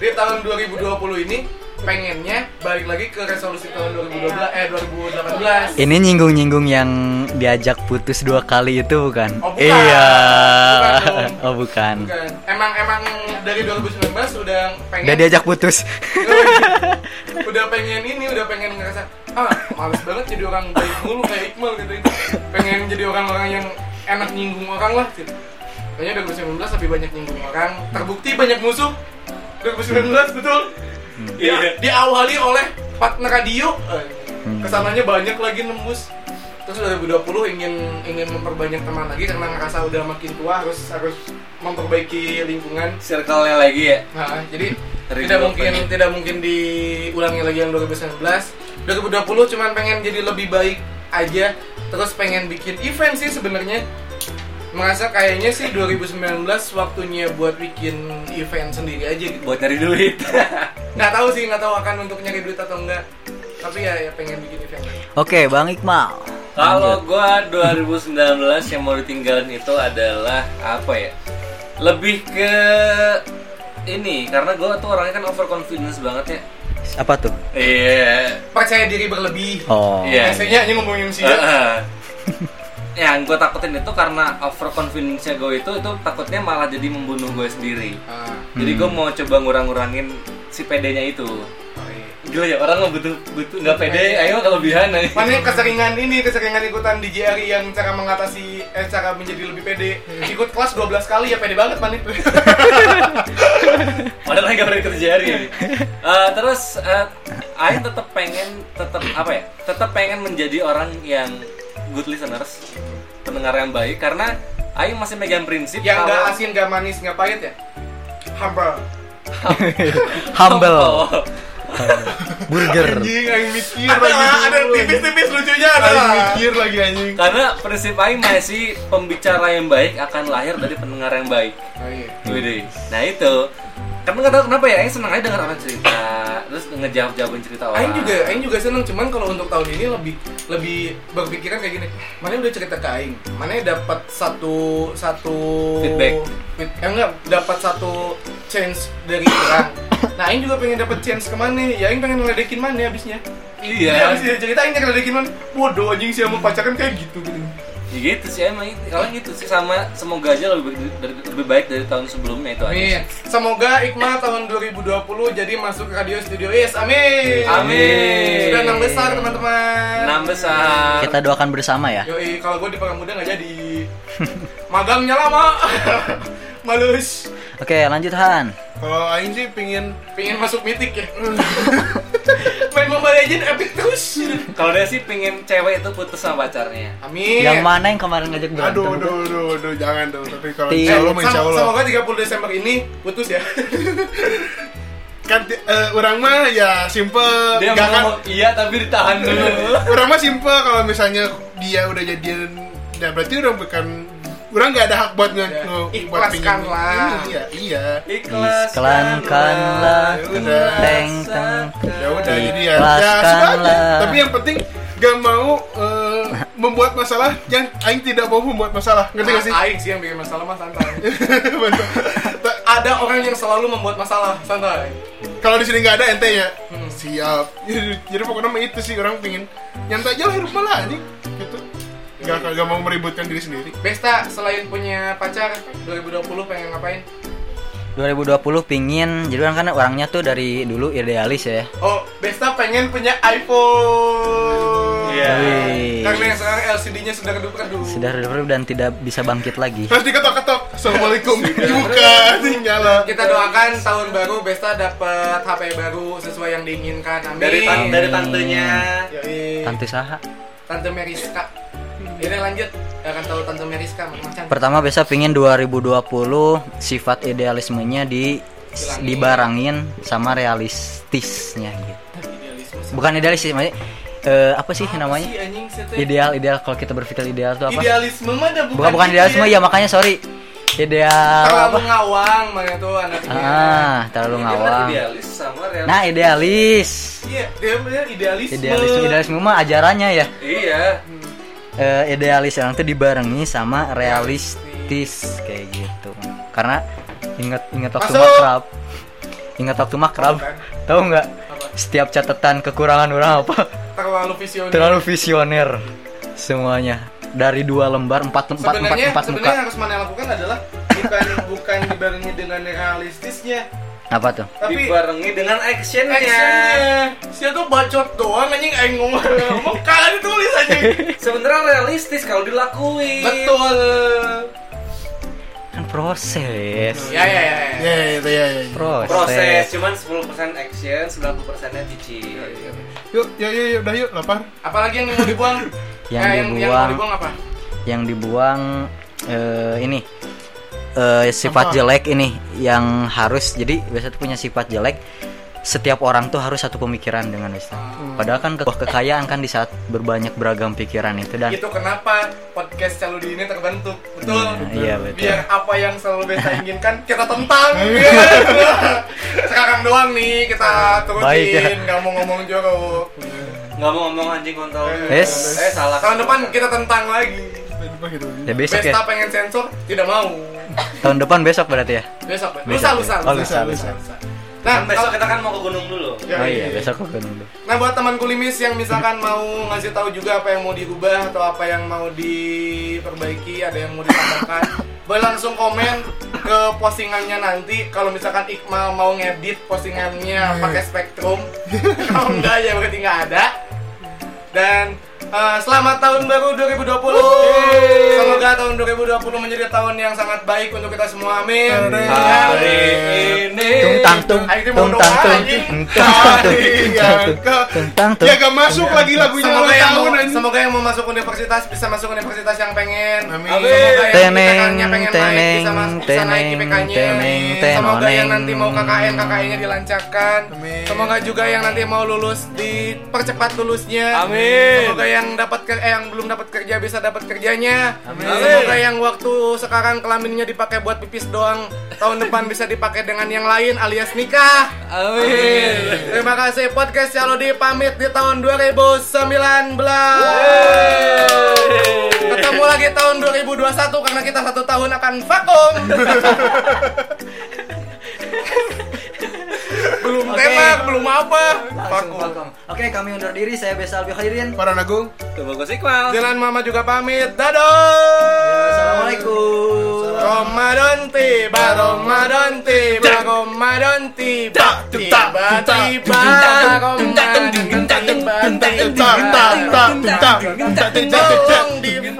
A: di tahun 2020 ini pengennya balik lagi ke resolusi tahun 2012 eh 2018.
B: Ini nyinggung-nyinggung yang diajak putus dua kali itu bukan?
A: Oh, bukan.
B: Iya.
A: Bukan dong.
B: oh bukan.
A: Bukan. Kan? Emang emang dari 2019 udah pengen
B: Udah diajak putus.
A: udah pengen ini, udah pengen ngerasa ah males banget jadi orang baik mulu kayak Iqbal gitu itu. Pengen jadi orang-orang yang enak nyinggung orang lah gitu. Kayaknya 2019 lebih banyak nyinggung orang, terbukti banyak musuh. 2019 betul.
D: Iya.
A: Dia- diawali oleh partner radio. Eh, Kesananya banyak lagi nembus. Terus 2020 ingin ingin memperbanyak teman lagi karena ngerasa udah makin tua harus harus memperbaiki lingkungan
D: Circle-nya lagi ya.
A: Nah, jadi
D: Hari
A: tidak
D: kedua
A: mungkin
D: pengen.
A: tidak mungkin diulangi lagi yang 2019. 2020 cuman pengen jadi lebih baik aja. Terus pengen bikin event sih sebenarnya. Merasa kayaknya sih 2019 waktunya buat bikin event sendiri aja gitu.
D: Buat nyari duit.
A: Nggak tahu sih, nggak tahu akan untuk nyari duit atau enggak. Tapi ya, ya pengen bikin event.
B: Oke, Bang Iqmal.
D: Kalau gua 2019 yang mau ditinggalin itu adalah apa ya? Lebih ke ini karena gua tuh orangnya kan overconfidence banget ya.
B: Apa tuh?
D: Iya.
A: Percaya diri berlebih.
B: Oh.
D: Iya. Eh,
A: Biasanya ini ngomongin sih. ya.
D: Heeh. yang gue takutin itu karena overconfidence-nya gue itu itu takutnya malah jadi membunuh gue sendiri.
A: Ah,
D: Jadi gue mau coba ngurang-ngurangin si pedenya itu. Iya.
A: oh iya.
D: Gila ya orang nggak butuh butuh nggak pede, ayo kelebihan aja.
A: Mana keseringan ini, keseringan ikutan di JRI yang cara mengatasi, eh, cara menjadi lebih pede Ikut kelas 12 kali ya pede banget Manit
D: Padahal nggak pernah kerja hari ini. Eh, terus eh Aing tetap pengen tetap apa ya? Tetap pengen menjadi orang yang good listeners, pendengar yang baik karena Aing masih megang prinsip
A: Yang
D: kalau-
A: nggak asin, nggak manis, nggak pahit ya? Humble.
D: Oh.
B: Humble burger.
C: Anjing, aing mikir
A: Ada
C: lagi.
A: lah, ada
C: dulu.
A: tipis-tipis lucunya ada
C: Aing
A: lah.
C: mikir lagi anjing.
D: Karena prinsip Aing masih pembicara yang baik akan lahir dari pendengar yang baik.
A: Oh, iya.
D: Widih. Nah itu karena nggak tahu kenapa ya, Aing seneng aja denger orang cerita, terus ngejawab-jawabin cerita orang.
A: Aing juga, Aing juga seneng. Cuman kalau untuk tahun ini lebih lebih berpikiran kayak gini. Mana udah cerita ke Aing, mana dapat satu satu
D: Feedback.
A: feed- eh, enggak dapat satu chance dari orang. Nah, Aing juga pengen dapat chance ke mana? Ya Aing pengen ngeledekin mana abisnya.
D: Iya.
A: Abis dia cerita Aing ngeledekin mana? Waduh, anjing sih sama pacaran kayak gitu gitu.
D: Ya gitu sih emang itu. Kalau gitu sih sama semoga aja lebih baik dari, lebih baik dari tahun sebelumnya itu aja.
A: Amin. Semoga Iqmal tahun 2020 jadi masuk ke Radio Studio Yes. Amin.
D: Amin.
A: Sudah enam besar teman-teman.
D: Enam besar.
B: Kita doakan bersama ya.
A: Yoi, kalau gue di Pemuda nggak jadi. Magangnya lama. Malus.
B: Oke, lanjut Han.
C: Kalau aing sih pingin
A: Pengen masuk mitik ya. Main Mobile Legends epic terus.
D: Kalau dia sih pengen cewek itu putus sama pacarnya.
A: Amin.
B: Yang mana yang kemarin ngajak berantem?
C: aduh aduh aduh aduh jangan dong tapi kalau
B: Ti-
C: insya Allah
A: Iya. Sama-
C: insya Allah
A: Semoga 30 Desember ini putus ya.
C: kan ti- eh, orang mah ya simple
D: Dia
C: Nggak
D: mau
C: kan-
D: ngomong iya tapi ditahan dulu.
C: orang mah simple kalau misalnya dia udah jadian dan berarti orang bukan orang nggak ada hak buat nge
A: Ya,
C: nge- buat pingin-
A: ikhlaskanlah.
C: iya iya
B: Ikhlaskanlah teng
C: Udah.
B: teng teng.
C: ya udah jadi ya ya
B: Ikhlaskanlah.
C: sudah aja. tapi yang penting gak mau eh, membuat masalah yang aing tidak mau membuat masalah ngerti gak sih
A: Ah, Aing sih yang bikin masalah mas santai.
C: Bener. Ta-
A: Ada orang yang selalu membuat masalah santai.
C: kalau di sini nggak ada ente ya
A: Hmm.
C: siap jadi jadi pokoknya mah itu sih orang pingin nyantai aja lah hidup malah anjing gitu gak, gak mau meributkan diri sendiri
A: Besta selain punya pacar 2020 pengen ngapain?
B: 2020 pingin jadi orang kan orangnya tuh dari dulu idealis ya.
A: Oh, Besta pengen punya iPhone. Kan
D: Iya.
B: Wih.
A: Karena yang sekarang LCD-nya sudah redup-redup.
B: Sudah redup dan tidak bisa bangkit lagi.
C: Terus diketok-ketok Assalamualaikum Dibuka anjing, nyala
A: Kita doakan tahun baru Besta dapat HP baru sesuai yang diinginkan. Amin.
D: Dari tan- dari tantenya.
A: Yoi.
B: Tante Saha.
A: Tante Meriska. Ini lanjut. Gak akan tahu Tante Meriska macam.
B: Pertama biasa pingin 2020 sifat idealismenya di dibarangin sama realistisnya gitu. Bukan idealis sih, namanya, eh, apa sih namanya?
A: Sih, anjing, sih, tuh.
B: Ideal, ideal kalau kita berpikir ideal tuh apa?
A: Idealisme mana bukan?
B: bukan bukan idealisme
A: ideal.
B: ya makanya sorry. Ideal
A: Terlalu
B: apa?
A: ngawang mana tuh anaknya.
B: Ah, terlalu
D: Dia kan
B: ngawang.
D: Idealis sama real.
B: Nah, idealis.
A: Iya, dia bener idealisme.
B: Idealisme, idealisme mah ajarannya ya.
D: Iya.
B: Eh, idealis orang tuh dibarengi sama realistis kayak gitu. Karena ingat ingat waktu
A: Masuk.
B: makrab. Ingat waktu makrab. Tahu nggak?
A: Apa?
B: Setiap catatan kekurangan orang apa?
A: Terlalu visioner.
B: Terlalu visioner semuanya. Dari dua lembar empat empat empat
A: sebenarnya
B: empat muka.
A: sebenarnya harus mana lakukan adalah bukan bukan dibarengi dengan realistisnya
B: Apa tuh?
A: tapi
D: dibarengi dengan actionnya.
A: actionnya dia tuh bacot doang anjing aing ngomong ngomong kagak ditulis anjing
D: Sebenarnya realistis kalau dilakuin.
A: betul
B: Kan proses.
A: ya ya ya, ya.
C: Ya
B: Iya.
C: ya ya, ya ya.
B: Proses.
D: Proses cuman 10% action, 90%-nya cicil.
A: Iya,
C: Yuk yuk yuk yuk, udah yuk lapar
A: apalagi yang mau dibuang
B: Yang
A: Eh, yang
B: dibuang.
A: mau dibuang apa
B: yang dibuang eh, ini eh, sifat
C: Apa?
B: jelek ini yang harus jadi biasa tuh punya sifat jelek setiap orang tuh harus satu pemikiran dengan Wisnu.
A: Hmm.
B: Padahal kan ke- kekayaan kan di saat berbanyak beragam pikiran itu dan
A: itu kenapa podcast Caludi ini terbentuk betul
B: Iya, iya, betul. Iya.
A: biar apa yang selalu beta inginkan kita tentang sekarang doang nih kita
B: Baik, ya.
A: turutin nggak mau ngomong jorok
D: Nggak mau ngomong anjing kontol.
B: Yes.
D: Eh salah.
A: tahun depan kita tentang lagi
C: Lupa gitu
B: ya besok
A: Besta
B: ya
A: pengen sensor tidak mau.
B: tahun depan besok berarti ya.
A: Besok, ya? lusa,
B: Besok ya?
A: lusa, lusa,
B: Oh, lusa,
A: lusa,
B: lusa.
A: lusa.
D: Kan
A: Nah,
D: besok
A: kalau-
D: kita kan mau ke gunung dulu.
A: Ya,
B: Oh
A: iya.
B: iya besok aku kan dulu.
A: Nah buat teman kulimis yang misalkan mau ngasih tahu juga apa yang mau diubah atau apa yang mau diperbaiki, ada yang mau ditambahkan, boleh langsung komen ke postingannya nanti. Kalau misalkan Iqmal mau ngedit postingannya pakai spektrum, kalau enggak ya berarti nggak ada. Dan Eh, selamat tahun baru 2020. Semoga tahun 2020 menjadi tahun yang sangat baik untuk kita semua. Amin.
D: Hari ini
A: Eh,
B: tung tang tung tung tang tung tung tang tung tung tang tung tung tang tung
C: Ya gak masuk lagi lagunya
A: Semoga
C: ulang
A: yang,
C: tahun
A: mau,
C: anjing.
A: semoga yang mau masuk universitas bisa masuk universitas yang pengen.
C: Amin.
A: Semoga yang
B: Teneng,
A: IPK-nya pengen naik bisa, mas, bisa naik
B: teneng,
A: IPK-nya.
B: teneng, teneng,
A: Semoga yang nanti mau
B: teneng.
A: KKN KKN-nya dilancarkan.
C: Amin.
A: Semoga juga yang nanti mau lulus dipercepat lulusnya.
D: Amin.
A: Semoga yang dapat ker- eh, yang belum dapat kerja bisa dapat kerjanya. Semoga yang waktu sekarang kelaminnya dipakai buat pipis doang tahun depan bisa dipakai dengan yang lain alias nikah.
D: Amin
A: Terima kasih podcast Shalodi pamit di tahun 2019. Ketemu lagi tahun 2021 karena kita satu tahun akan vakum. belum
B: Oke.
A: tembak, belum apa.
B: Langsung
A: Vakum.
B: vakum. Oke, kami undur diri. Saya Besa Albi Khairin.
C: Para Nagung
D: Tunggu gue Iqbal
A: Jalan Mama juga pamit. Dadah.
B: Assalamualaikum.
A: Ramadan tiba, Ramadan tiba, Ramadan tiba, tiba, tiba, Ramadan tiba, tiba, tiba,
C: tak tak tak tak tak tak tak
A: Tolong di